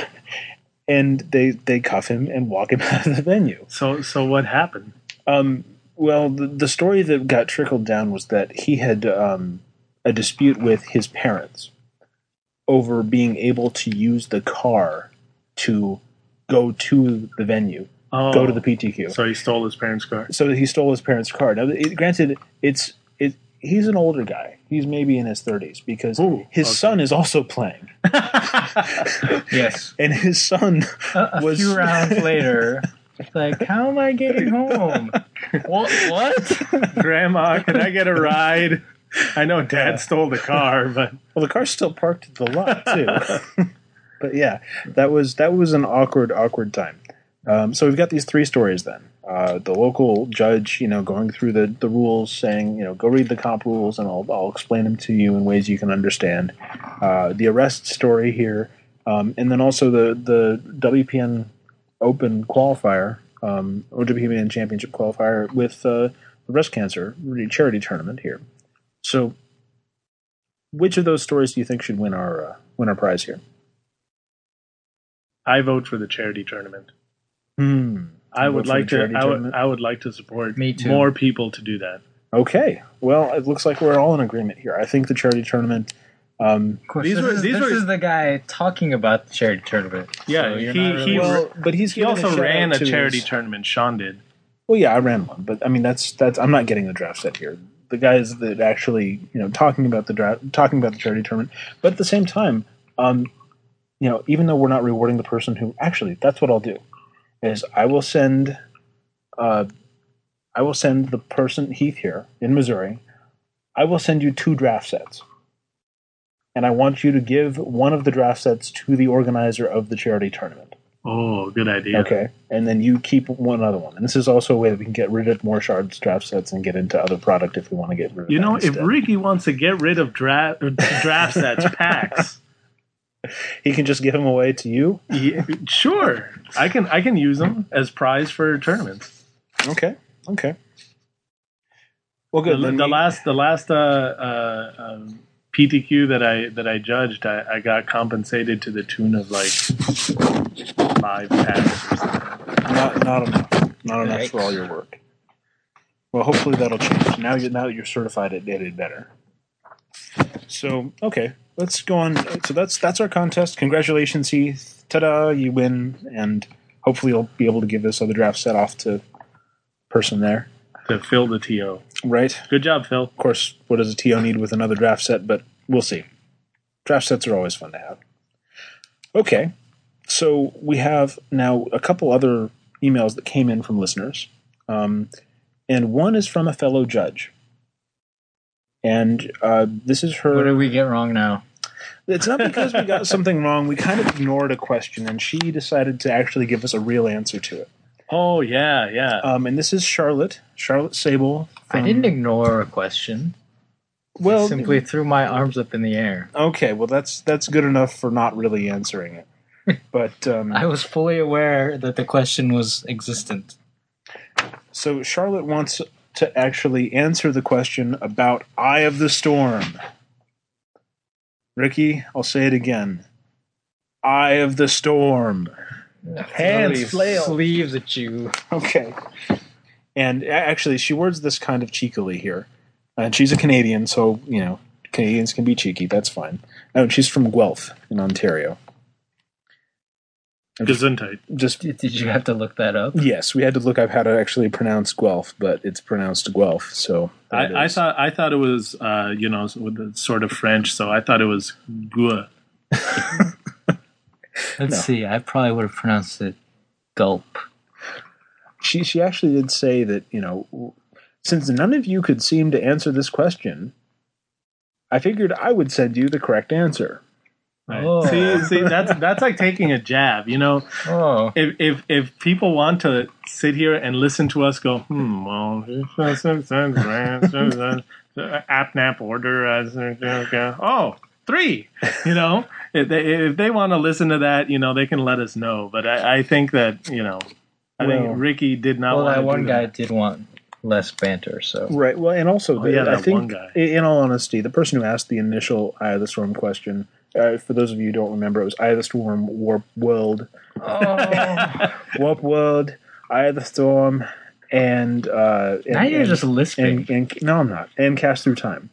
and they they cuff him and walk him out of the venue.
So so what happened?
Um, well, the, the story that got trickled down was that he had um, a dispute with his parents over being able to use the car to go to the venue,
Oh,
go to the PTQ.
So he stole his parents' car.
so he stole his parents' car. Now, it, granted, it's it. He's an older guy. He's maybe in his thirties because
Ooh,
his
okay.
son is also playing,
Yes.
and his son
A, a
Was-
few rounds later, it's like, how am I getting home? what? What?
Grandma, can I get a ride? I know Dad
Yeah.
stole the car, but
Well, the car's still parked at the lot too. but yeah, that was that was an awkward, awkward time. Um, so we've got these three stories then. Uh, the local judge, you know, going through the, the rules, saying, you know, go read the comp rules, and I'll I'll explain them to you in ways you can understand. Uh, the arrest story here, um, and then also the the WPN Open qualifier um, or WPN Championship qualifier with uh, the breast cancer charity tournament here. So which of those stories do you think should win our uh, win our prize here?
I vote for the charity tournament.
Hmm.
I
You vote
would
for
like
the
to.
charity
I would,
tournament?
I would like to support
Me too.
more people to do that.
Okay. Well, it looks like we're all in agreement here. I think the charity tournament. Um,
Of course,
These
this,
were-
is,
these
this
were-
is the guy talking about the charity tournament.
Yeah,
so you're
he-
not really-
he-
well, but he's
He
given a
also
shout-out
ran a
to
charity
his-
tournament. Sean did.
well, yeah, I ran one, but I mean that's that's. I'm not getting the draft set here. The guys that actually you know talking about the draft, talking about the charity tournament, but at the same time, um, you know, even though we're not rewarding the person who actually, that's what I'll do, is I will send, uh, I will send the person Heath here in Missouri. I will send you two draft sets, and I want you to give one of the draft sets to the organizer of the charity tournament.
Oh, good idea.
Okay. And then you keep one other one. And this is also a way that we can get rid of more shards draft sets and get into other product if we want to get rid of
You
that
know, if
instead.
Ricky wants to get rid of draft draft sets, packs,
he can just give them away to you.
yeah, sure, I can. I can use them as prize for tournaments.
Okay. Okay. Well,
The,
good. then
the
we-
last, the last uh, uh, um, PTQ that I that I judged, I, I got compensated to the tune of like five packs. Or something.
not, not enough. Not enough for
Yikes.
all your work. Well, hopefully that'll change. Now you're now that you're certified at it did better. So okay, let's go on. So that's that's our contest. Congratulations, Heath. Ta-da! You win, and hopefully you'll be able to give this other draft set off to person there,
to fill the TO.
right?
Good job, Phil.
Of course, what does a TO need with another draft set? But we'll see. Draft sets are always fun to have. Okay, so we have now a couple other emails that came in from listeners, um, and one is from a fellow judge, and uh, this is
What
her.
did we get wrong now?
It's not because we got something wrong. We kind of ignored a question, and she decided to actually give us a real answer to it.
Oh yeah, yeah.
Um, and this is Charlotte, Charlotte Sable.
I
from-
didn't ignore a question.
well,
simply threw my arms up in the air.
Okay, well that's that's good enough for not really answering it. But um,
I was fully aware that the question was existent.
so Charlotte wants to actually answer the question about Eye of the Storm. Ricky, I'll say it again. Eye of the Storm. Hands
Really
flail.
sleeves at you.
Okay. And a- actually, she words this kind of cheekily here, and she's a Canadian, so you know Canadians can be cheeky. That's fine. No, she's from Guelph in Ontario.
Gesundheit.
Just
Did, did you have to look that up?
Yes, we had to look up how to actually pronounce Guelph, but it's pronounced Guelph. So there it
I, I
is.
thought I thought it was uh, you know with the sort of French, so I thought it was gue.
Let's
No.
see. I probably would have pronounced it gulp.
she she actually did say that you know w- since none of you could seem to answer this question, I figured I would send you the correct answer.
Right.
Oh.
See, see, that's that's like taking a jab. You know,
Oh,
if if if people want to sit here and listen to us go, hmm, well, app nap order, uh, oh, three. You know, if they, if they want to listen to that, you know, they can let us know. But I, I think that you know, I
Well-
think Ricky did not.
well, that
want to
one
do
guy did want less banter. So
Right. Well, and also,
Oh,
the,
yeah, that
I think,
one guy.
i- in all honesty, the person who asked the initial Eye of the Storm question, uh, for those of you who don't remember, it was Eye of the Storm, Warp World, Warp World, Eye of the Storm, and. Uh, and
now you're
and-
just lisping.
and, and no, I'm not. And Cast Through Time.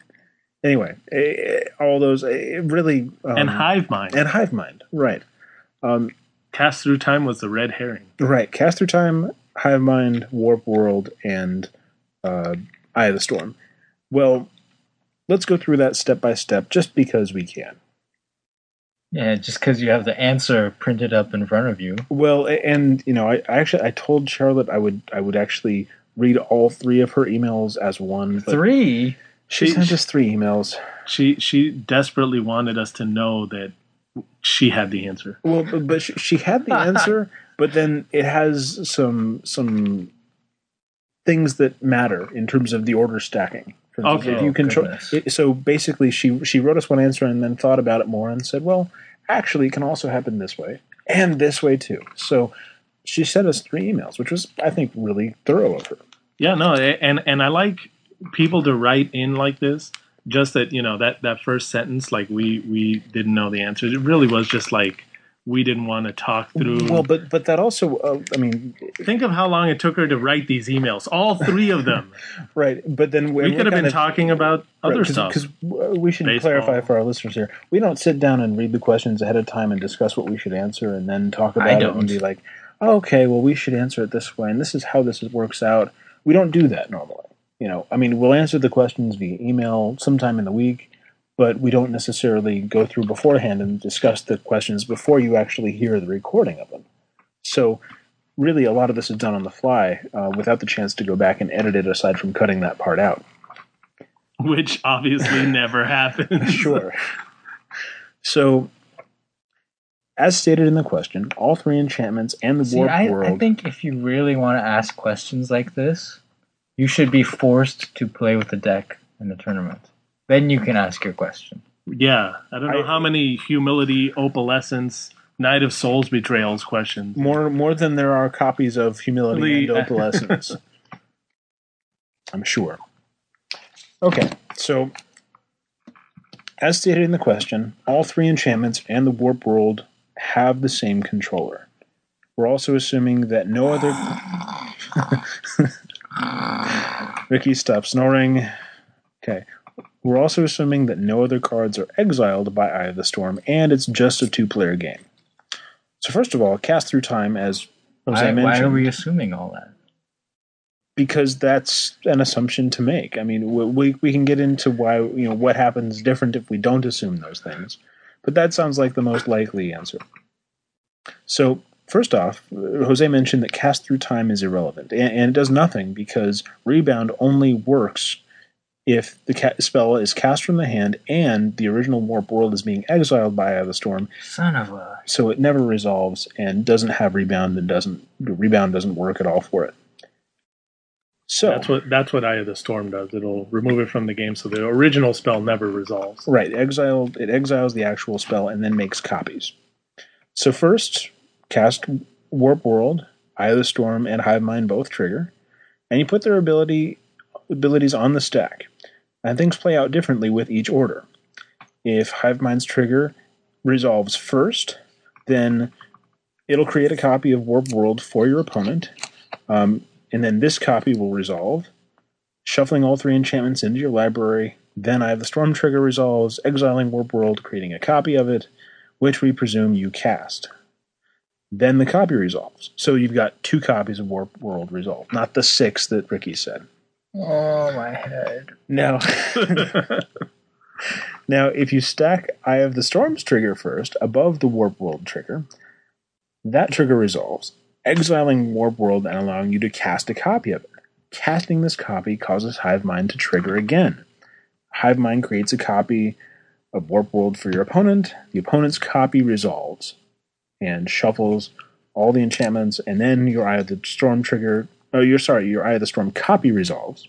Anyway, eh, all those eh, really. Um,
and Hive Mind.
And Hive Mind, right. Um,
Cast Through Time was the red herring.
Right, Cast Through Time, Hive Mind, Warp World, and uh, Eye of the Storm. Well, let's go through that step by step, just because we can.
yeah, just because you have the answer printed up in front of you.
Well, a- and you know, I, I actually I told Charlotte I would I would actually read all three of her emails as one. But
Three.
She
She-
sent us three emails.
She she desperately wanted us to know that she had the answer.
Well, but, but she, she had the answer, but then it has some some things that matter in terms of the order stacking. For instance,
Okay.
if you
Oh,
control.
goodness.
it- so basically, she she wrote us one answer and then thought about it more and said, "Well, actually, it can also happen this way and this way too." So she sent us three emails, which was I think really thorough of her.
Yeah, no, a- and and I like people to write in like this. Just that you know that that first sentence, like we we didn't know the answers. It really was just like we didn't want to talk through.
Well, but but that also, uh, I mean,
think of how long it took her to write these emails, all three of them.
right? But then
we could have been
talking.
talking about other stuff.
Because uh, we should
Baseball.
clarify for our listeners here. We don't sit down and read the questions ahead of time and discuss what we should answer and then talk
I
about it
don't.
and be like, okay, well, we should answer it this way and this is how this is- works out. We don't do that normally. You know, I mean, we'll answer the questions via email sometime in the week, but we don't necessarily go through beforehand and discuss the questions before you actually hear the recording of them. So, really, a lot of this is done on the fly uh, without the chance to go back and edit it aside from cutting that part out.
which obviously never happened.
Sure. So, as stated in the question, all three enchantments and the
See,
warp
I,
world.
I think if you really want to ask questions like this, you should be forced to play with the deck in the tournament. Then you can ask your question.
Yeah, I don't know
I-
how many humility, opalescence, Knight of Souls betrayals questions.
more more than there are copies of Humility
The-
and Opalescence. I'm sure. Okay, so as stated in the question, all three enchantments and the warp world have the same controller. We're also assuming that no other. Ricky, stop snoring. Okay. We're also assuming that no other cards are exiled by Eye of the Storm, and it's just a two player game. So, first of all, cast through time, as Jose
Why,
mentioned,
why are we assuming all that?
because that's an assumption to make. I mean, we- we, we can get into why, you know, what happens different if we don't assume those things, but that sounds like the most likely answer. So, first off, uh, Jose mentioned that cast through time is irrelevant, and, and it does nothing because rebound only works if the ca- spell is cast from the hand and the original warp world is being exiled by Eye of the storm,
Son of a.
so it never resolves and doesn't have rebound and doesn't rebound doesn't work at all for it. So
That's what that's what Eye of the Storm does. It'll remove it from the game, so the original spell never resolves.
Right, exile it exiles the actual spell and then makes copies. So first, cast Warp World, Eye of the Storm, and Hive Mind both trigger, and you put their ability abilities on the stack. And things play out differently with each order. If Hive Mind's trigger resolves first, then it'll create a copy of Warp World for your opponent, um, and then this copy will resolve, shuffling all three enchantments into your library. Then I have the Storm Trigger resolves, exiling Warp World, creating a copy of it, which we presume you cast. Then the copy resolves. So you've got two copies of Warp World resolved, not the six that Ricky said.
Oh, my head.
Now, now if you stack Eye of the Storm's trigger first above the Warp World trigger, that trigger resolves, exiling Warp World and allowing you to cast a copy of it. Casting this copy causes Hive Mind to trigger again. Hive Mind creates a copy of Warp World for your opponent. The opponent's copy resolves and shuffles all the enchantments, and then your Eye of the Storm trigger. Oh, you're sorry, your Eye of the Storm copy resolves.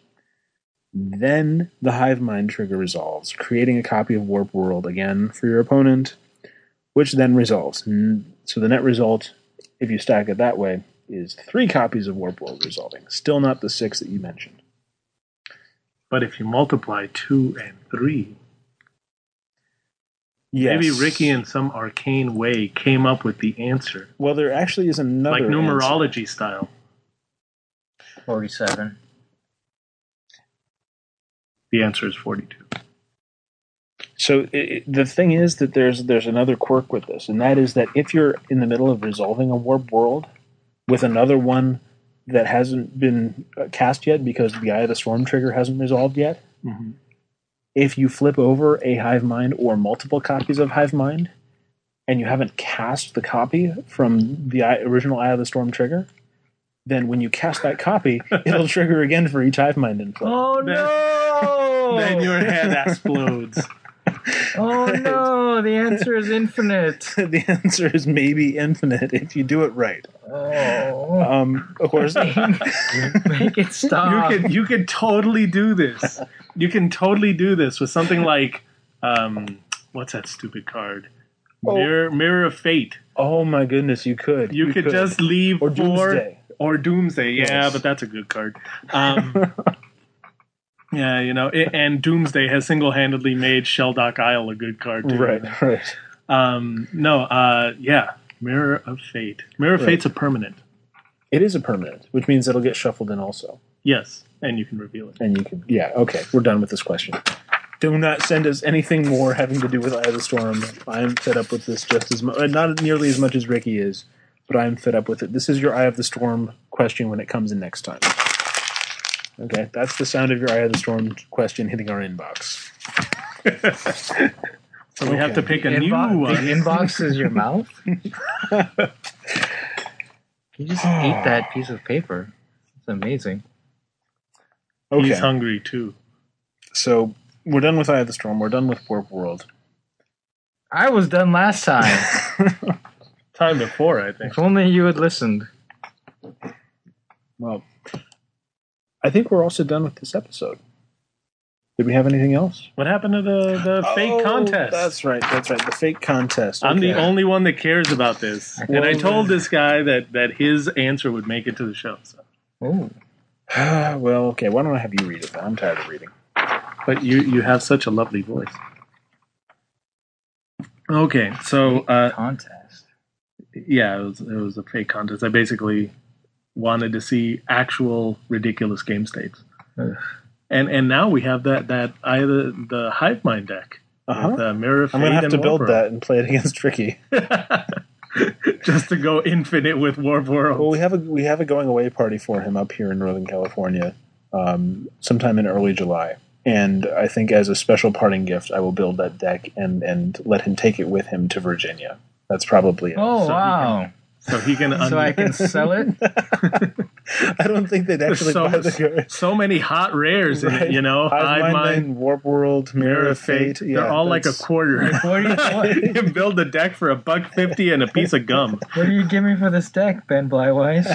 Then the Hive Mind trigger resolves, creating a copy of Warp World again for your opponent, which then resolves. N- So the net result, if you stack it that way, is three copies of Warp World resolving. Still not the six that you mentioned.
But if you multiply two and three,
Yes.
maybe Ricky in some arcane way came up with the answer,
Well, there actually is another
like
answer.
numerology style.
47.
The answer is forty-two.
So i i- the thing is that there's there's another quirk with this, and that is that if you're in the middle of resolving a warp world with another one that hasn't been uh, cast yet because the Eye of the Storm trigger hasn't resolved yet,
Mm-hmm.
if you flip over a hive mind or multiple copies of hive mind and you haven't cast the copy from the eye, original eye of the storm trigger then when you cast that copy it'll trigger again for each hive mind in play
Oh
Then-
no!
Then your head explodes.
oh no! The answer is infinite.
the answer is maybe infinite if you do it right
Oh.
um, of course
Make it stop.
you could you could totally do this. You can totally do this with something like um, what's that stupid card?
Oh.
Mirror Mirror of Fate.
oh my goodness you could
You, could, just leave
or
four-
doomsday
or Doomsday. Yeah,
Yes.
but that's a good card. Um, yeah, you know, it, and Doomsday has single handedly made Sheldock Isle a good card too.
right right
Um, no. Uh, yeah. Mirror of Fate. Mirror of
Right.
Fate's a permanent.
it is a permanent which means it'll get shuffled in also
Yes, and you can reveal it.
And you could, yeah, okay, we're done with this question. Do not send us anything more having to do with Eye of the Storm. I'm fed up with this just as much, not nearly as much as Ricky is, but I'm fed up with it. This is your Eye of the Storm question when it comes in next time. Okay, that's the sound of your Eye of the Storm question hitting our inbox.
So we have
Okay.
to pick a
The
new
inbox-
one.
The inbox is your mouth. you just ate that piece of paper. It's amazing.
He's
Okay,
hungry too.
so we're done with Eye of the Storm. We're done with Warp World.
I was done last time.
Time before, I think.
if only you had listened.
Well, I think we're also done with this episode. Did we have anything else?
What happened to the, the
Oh,
fake contest?
That's right. That's right. The fake contest.
I'm the
okay.
only one that cares about this. and I
Well,
told
then.
this guy that, that his answer would make it to the show. So.
Oh,
well, okay. Why don't I have you read it? Then? I'm tired of reading.
But you, you have such a lovely voice. Okay, so uh,
contest.
yeah, it was, it was a fake contest. I basically wanted to see actual ridiculous game states.
Ugh.
And and now we have that that I the, the hive mind deck. with, uh, Mirror of
Uh-huh. I'm gonna
Fate
have
and
to build
Warper.
that and play it against Ricky.
just to go infinite with Warp World.
Well, we have a we have a going away party for him up here in Northern California, um, sometime in early July. And I think as a special parting gift, I will build that deck and and let him take it with him to Virginia. That's probably it.
Oh
So you
wow!
So he can
So I
unmute.
can sell it.
I don't think they'd actually
So-
buy the card.
so many hot rares, in
Right.
it, you know.
Hive
Hive
Mind,
Mind,
Warp World, Mirror of Fate. Yeah,
They're all like a
that's-
quarter.
What do you what,
you can build a deck for a buck fifty and a piece of gum.
what do you give me for this deck, Ben Blywise?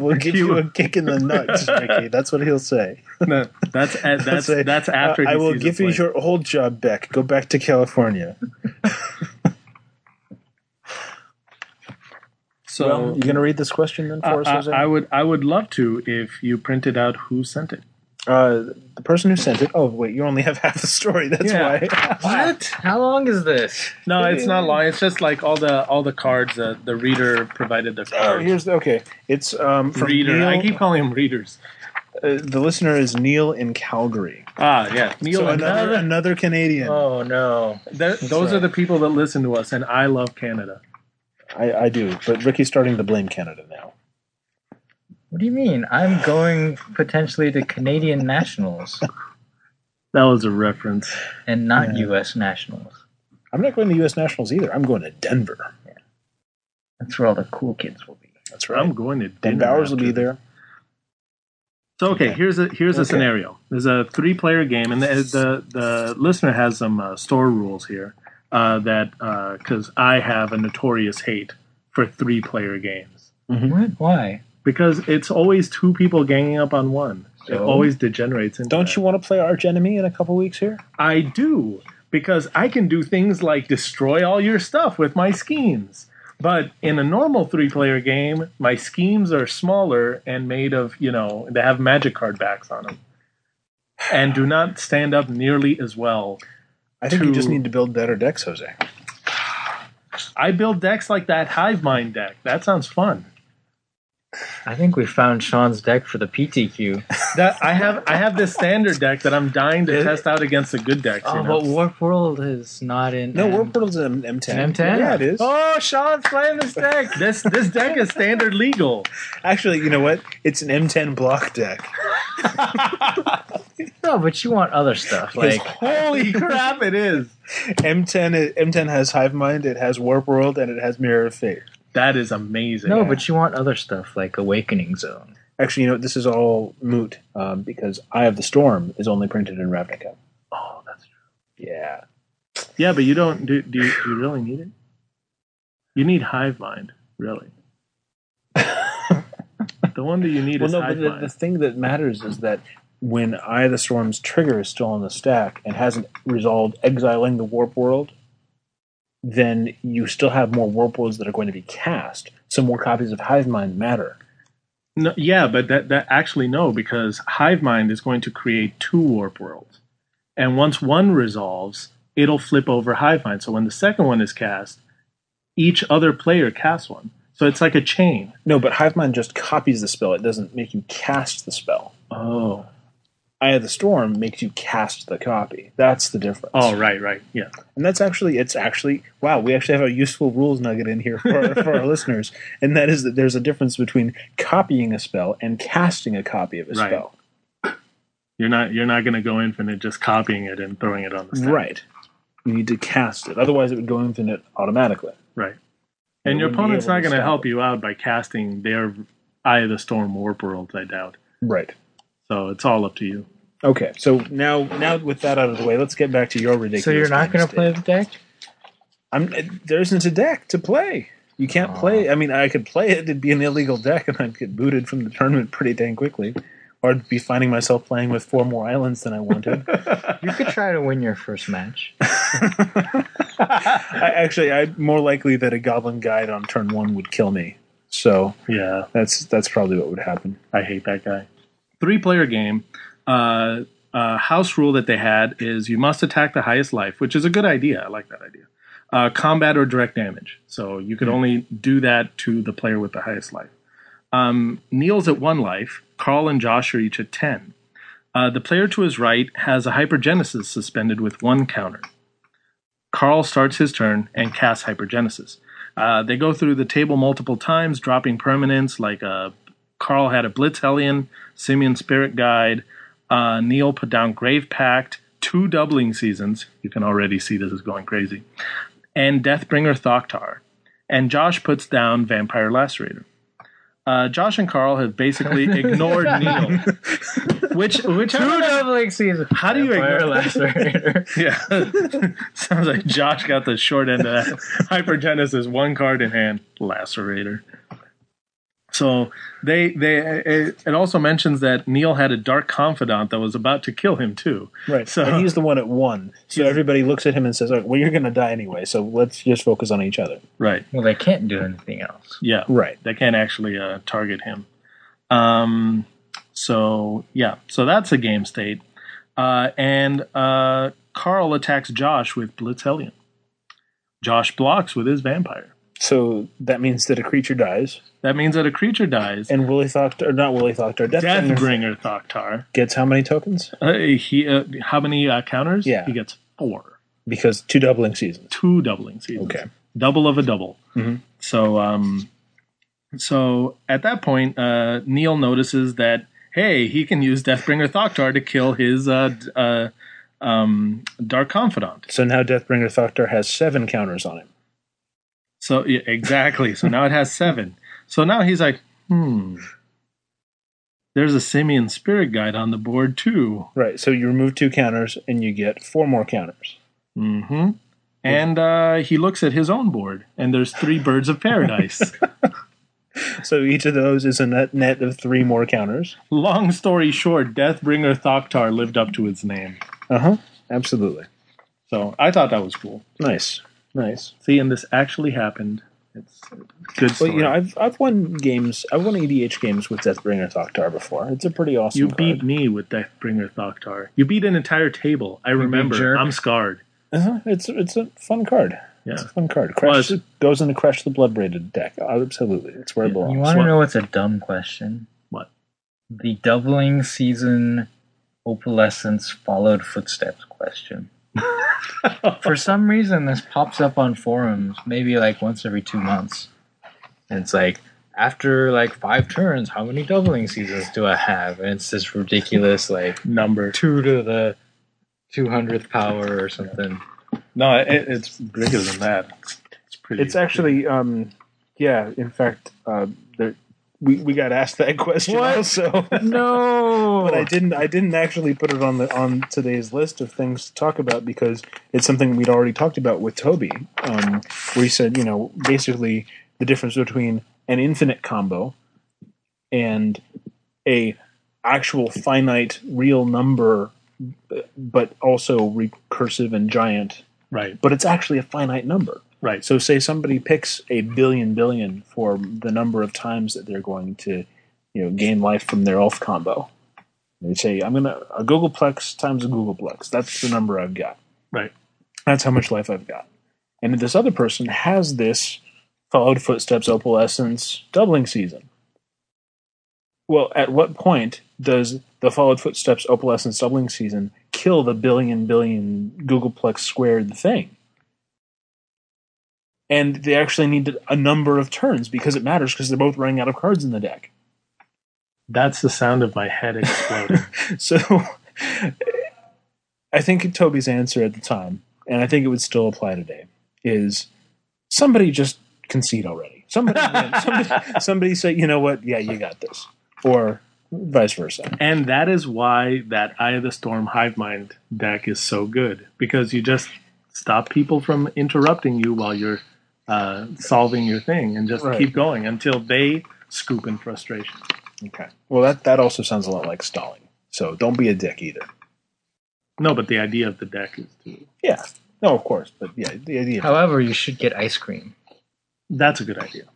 we'll give
Cute.
you a kick in the nuts, Ricky. That's what he'll say.
No, that's at, that's
say,
that's after.
Uh, I
he
will
sees
give
it
you
play.
your old job back. Go back to California.
So
well, you gonna read this question then
I-
for us, Jose?
uh, I, I would I would love to if you printed out who sent it.
uh, the person who sent it. Oh wait, you only have half the story. That's
Yeah.
why.
What? How long is this?
No, it's not long. It's just like all the all the cards. The the reader provided the
Oh,
cards.
here's the okay. It's um, from
reader.
Neil,
I keep calling him readers.
uh, the listener is Neil in Calgary.
Ah, yeah. Neil
so
and
another another Canadian.
Oh no!
Th- those
right.
are the people that listen to us, and I love Canada.
I, I do, but Ricky's starting to blame Canada now.
What do you mean? I'm going potentially to Canadian nationals
That was a reference.
and not
Yeah.
U.S. nationals.
I'm not going to U.S. Nationals either. I'm going to Denver.
That's where all the cool kids will be.
That's right.
I'm going to
Dan
dinner
Bowers will
after
be
this.
there.
So okay, here's a here's a
Okay.
scenario. There's a three player game, and the the, the listener has some uh, store rules here uh, that because I have a notorious hate for three player games
What? Why?
because it's always two people ganging up on one. it
So?
always degenerates into.
Don't
that.
you want to play Arch Enemy in a couple weeks here?
I do because I can do things like destroy all your stuff with my schemes. But in a normal three-player game, my schemes are smaller and made of you know they have magic card backs on them. and do not stand up nearly as well.
I think you just
to-
need to build better decks, Jose.
I build decks like that Hive Mind deck. That sounds fun.
I think we found Sean's deck for the PTQ.
That I have I have this standard deck that I'm dying to test out against the good decks. you
Oh,
know?
but Warp World is not in.
No,
um,
Warp Portal's an M10.
An M10?
Yeah, it is.
Oh, Sean's playing this deck. This this deck is standard legal.
Actually, you know what? It's an M10 block deck.
No, but you want other stuff
Yes.
like
Holy crap, it is.
M10 M10 has Hive Mind, it has Warp World, and it has Mirror of Fate.
That is amazing.
no, but you want other stuff like Awakening Zone.
Actually, you know what? This is all moot um, because Eye of the Storm is only printed in Ravnica.
oh, that's true.
Yeah.
Yeah, but you don't do do you, do you really need it? You need hive mind, really. the one that you need
Well,
is
no,
hive
but the,
mind.
the thing that matters is that when Eye of the Storm's trigger is still on the stack and hasn't resolved exiling the Warp World, then you still have more Warp Worlds that are going to be cast. So more copies of Hive Mind matter.
No, yeah, but that, that actually no, because hive mind is going to create two warp worlds, and once one resolves, it'll flip over hive mind. So when the second one is cast, each other player casts one. So it's like a chain.
No, but Hive Mind just copies the spell. It doesn't make you cast the spell.
Oh.
Eye of the Storm makes you cast the copy. That's the difference.
Oh, right, right. Yeah.
And that's actually, it's actually, wow, we actually have a useful rules nugget in here for, for our listeners. And that is that there's a difference between copying a spell and casting a copy of a
Right.
spell.
You're not you're not going to go infinite just copying it and throwing it on the stack.
Right. You need to cast it. Otherwise, it would go infinite automatically.
Right.
It
And your
wouldn't be
opponent's
able
not
to
going to
stop
help
it.
you out by casting their Eye of the Storm Warp Worlds, I doubt.
Right.
So it's all up to you.
Okay. So now, now with that out of the way, let's get back to your ridiculous.
So you're not going to
mistake.
play the deck?
I'm, there isn't a deck to play. You can't play. I mean, I could play it. It'd be an illegal deck, and I'd get booted from the tournament pretty dang quickly. Or I'd be finding myself playing with four more islands than I wanted.
You could try to win your first match.
I, actually, I'm more likely that a goblin guide on turn one would kill me. So
Yeah,
that's that's probably what would happen.
I hate that guy. Three player game. Uh, uh, house rule that they had is you must attack the highest life, which is a good idea. I like that idea. Uh, combat or direct damage. So you
Hmm.
could only do that to the player with the highest life. Um, Neil's at one life. Carl and Josh are each at 10. Uh, the player to his right has a hypergenesis suspended with one counter. Carl starts his turn and casts hypergenesis. Uh, they go through the table multiple times, dropping permanents like uh, Carl had a Blitz Hellion, Simeon Spirit Guide, uh, Neil put down Grave Pact, two doubling seasons. You can already see this is going crazy. And Deathbringer Thoktar. And Josh puts down Vampire Lacerator. Uh, Josh and Carl have basically ignored Neil, which which
Two doubling season.
How do you
Vampire
ignore-
Lacerator.
yeah. Sounds like Josh got the short end of that. Hypergenesis, one card in hand, lacerator. So they they it, it also mentions that Neil had a dark confidant that was about to kill him too.
Right.
So-
and he's the one at one. So everybody looks at him and says, All right, "Well, you're going to die anyway. So let's just focus on each other."
Right.
well, they can't do anything else.
Yeah.
Right.
They can't actually uh, target him. Um, so yeah, so that's a game state. Uh, and uh, Carl attacks Josh with Blitz Hellion. Josh blocks with his vampire.
So that means that a creature dies,
That means that a creature dies.
and Willy Thoktar, not Willy Thoktar, Deathbringer
Deathbringer Thoktar.
gets how many tokens?
Uh, he uh, how many uh, counters?
Yeah.
he gets four,
Because two doubling seasons.
two doubling seasons.
Okay.
double of a double.
Mhm.
So um, so at that point, uh, Neil notices that hey, he can use Deathbringer Thoktar to kill his uh, d- uh, um, Dark Confidant.
So now Deathbringer Thoktar has seven counters on him.
So yeah, exactly. so now it has seven. So now he's like, hmm. There's a simian spirit guide on the board too.
Right. So you remove two counters and you get four more counters.
hmm And uh, he looks at his own board, and there's three birds of paradise.
So each of those is a net, net of three more counters.
Long story short, Deathbringer Thoktar lived up to his name.
Uh
Uh-huh.
huh. Absolutely.
So I thought that was cool.
Nice. Nice.
See, and this actually happened. It's good.
Well,
Story.
you know, I've I've won games. I've won EDH games with Deathbringer Thoktar before. It's a pretty awesome.
you
card.
beat me with Deathbringer Thoktar. You beat an entire table. I remember.
jerk.
I'm scarred.
Uh-huh. It's it's a fun card.
Yeah.
It's a fun card.
Well,
Crash goes into Crash the Blood Braided deck. Absolutely, it's where it
Yeah.
belongs.
You want to
Swap.
know what's a dumb question?
What?
The doubling season opalescence followed footsteps question. For some reason, this pops up on forums maybe like once every two months. And it's like, after like five turns, how many doubling seasons do I have? And it's this ridiculous, like,
Number.
two to the 200th power or something.
No, it, it's bigger than that. It's pretty.
It's actually, um, yeah. In fact, uh, there, we we got asked that question
What?
also,
No!
but I didn't. I didn't actually put it on the on today's list of things to talk about because it's something we'd already talked about with Toby, um, where he said, you know, basically the difference between an infinite combo and a actual finite real number, but also recursive and giant.
right.
But it's actually a finite number.
Right.
So, say somebody picks a billion billion for the number of times that they're going to, you know, gain life from their elf combo. They say, "I'm gonna a googleplex times a googleplex. That's the number I've got.
Right.
That's how much life I've got." And this other person has this followed footsteps opalescence doubling season. Well, at what point does the followed footsteps opalescence doubling season kill the billion billion googleplex squared thing? and they actually need a number of turns because it matters because they're both running out of cards in the deck.
That's the sound of my head exploding.
So I think Toby's answer at the time, and I think it would still apply today, is somebody just concede already. Somebody, win. somebody, somebody say, you know what? Yeah, you got this, or vice versa.
and that is why that Eye of the Storm Hive Mind deck is so good because you just stop people from interrupting you while you're uh, solving your thing and just
Right.
keep going until they scoop in frustration.
Okay. Well, that that also sounds a lot like stalling. So don't be a dick either.
No, but the idea of the deck is to.
Yeah. No, of course, but yeah, the idea.
However, you should get ice cream.
That's a good idea.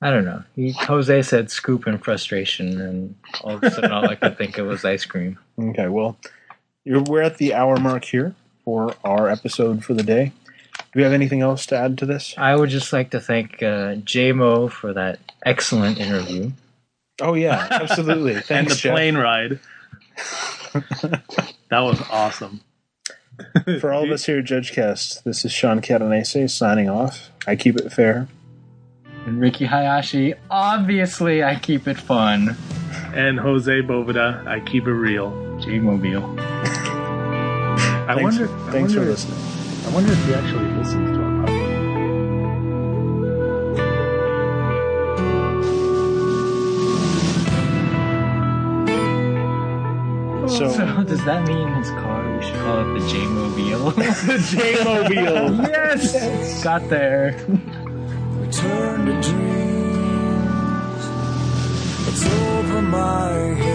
I don't know. He, Jose said scoop and frustration, and all of a sudden, all I could think of was ice cream.
Okay, well, you're, we're at the hour mark here for our episode for the day. Do we have anything else to add to this?
I would just like to thank uh, JMO for that excellent interview.
Oh yeah, absolutely. Thanks,
and the
Jeff,
plane ride. that was awesome.
for all of us here at JudgeCast. This is Sean Catanese signing off. I keep it fair.
And Ricky Hayashi, obviously, I keep it fun.
And Jose Boveda, I keep it real.
J Mobile.
I
thanks
wonder. I
thanks
wonder,
for listening.
I wonder if he actually listens to our podcast.
So-
does that mean his car? We should call it the J Mobile.
J Mobile.
yes! Got there.
We turn to dreams. It's over my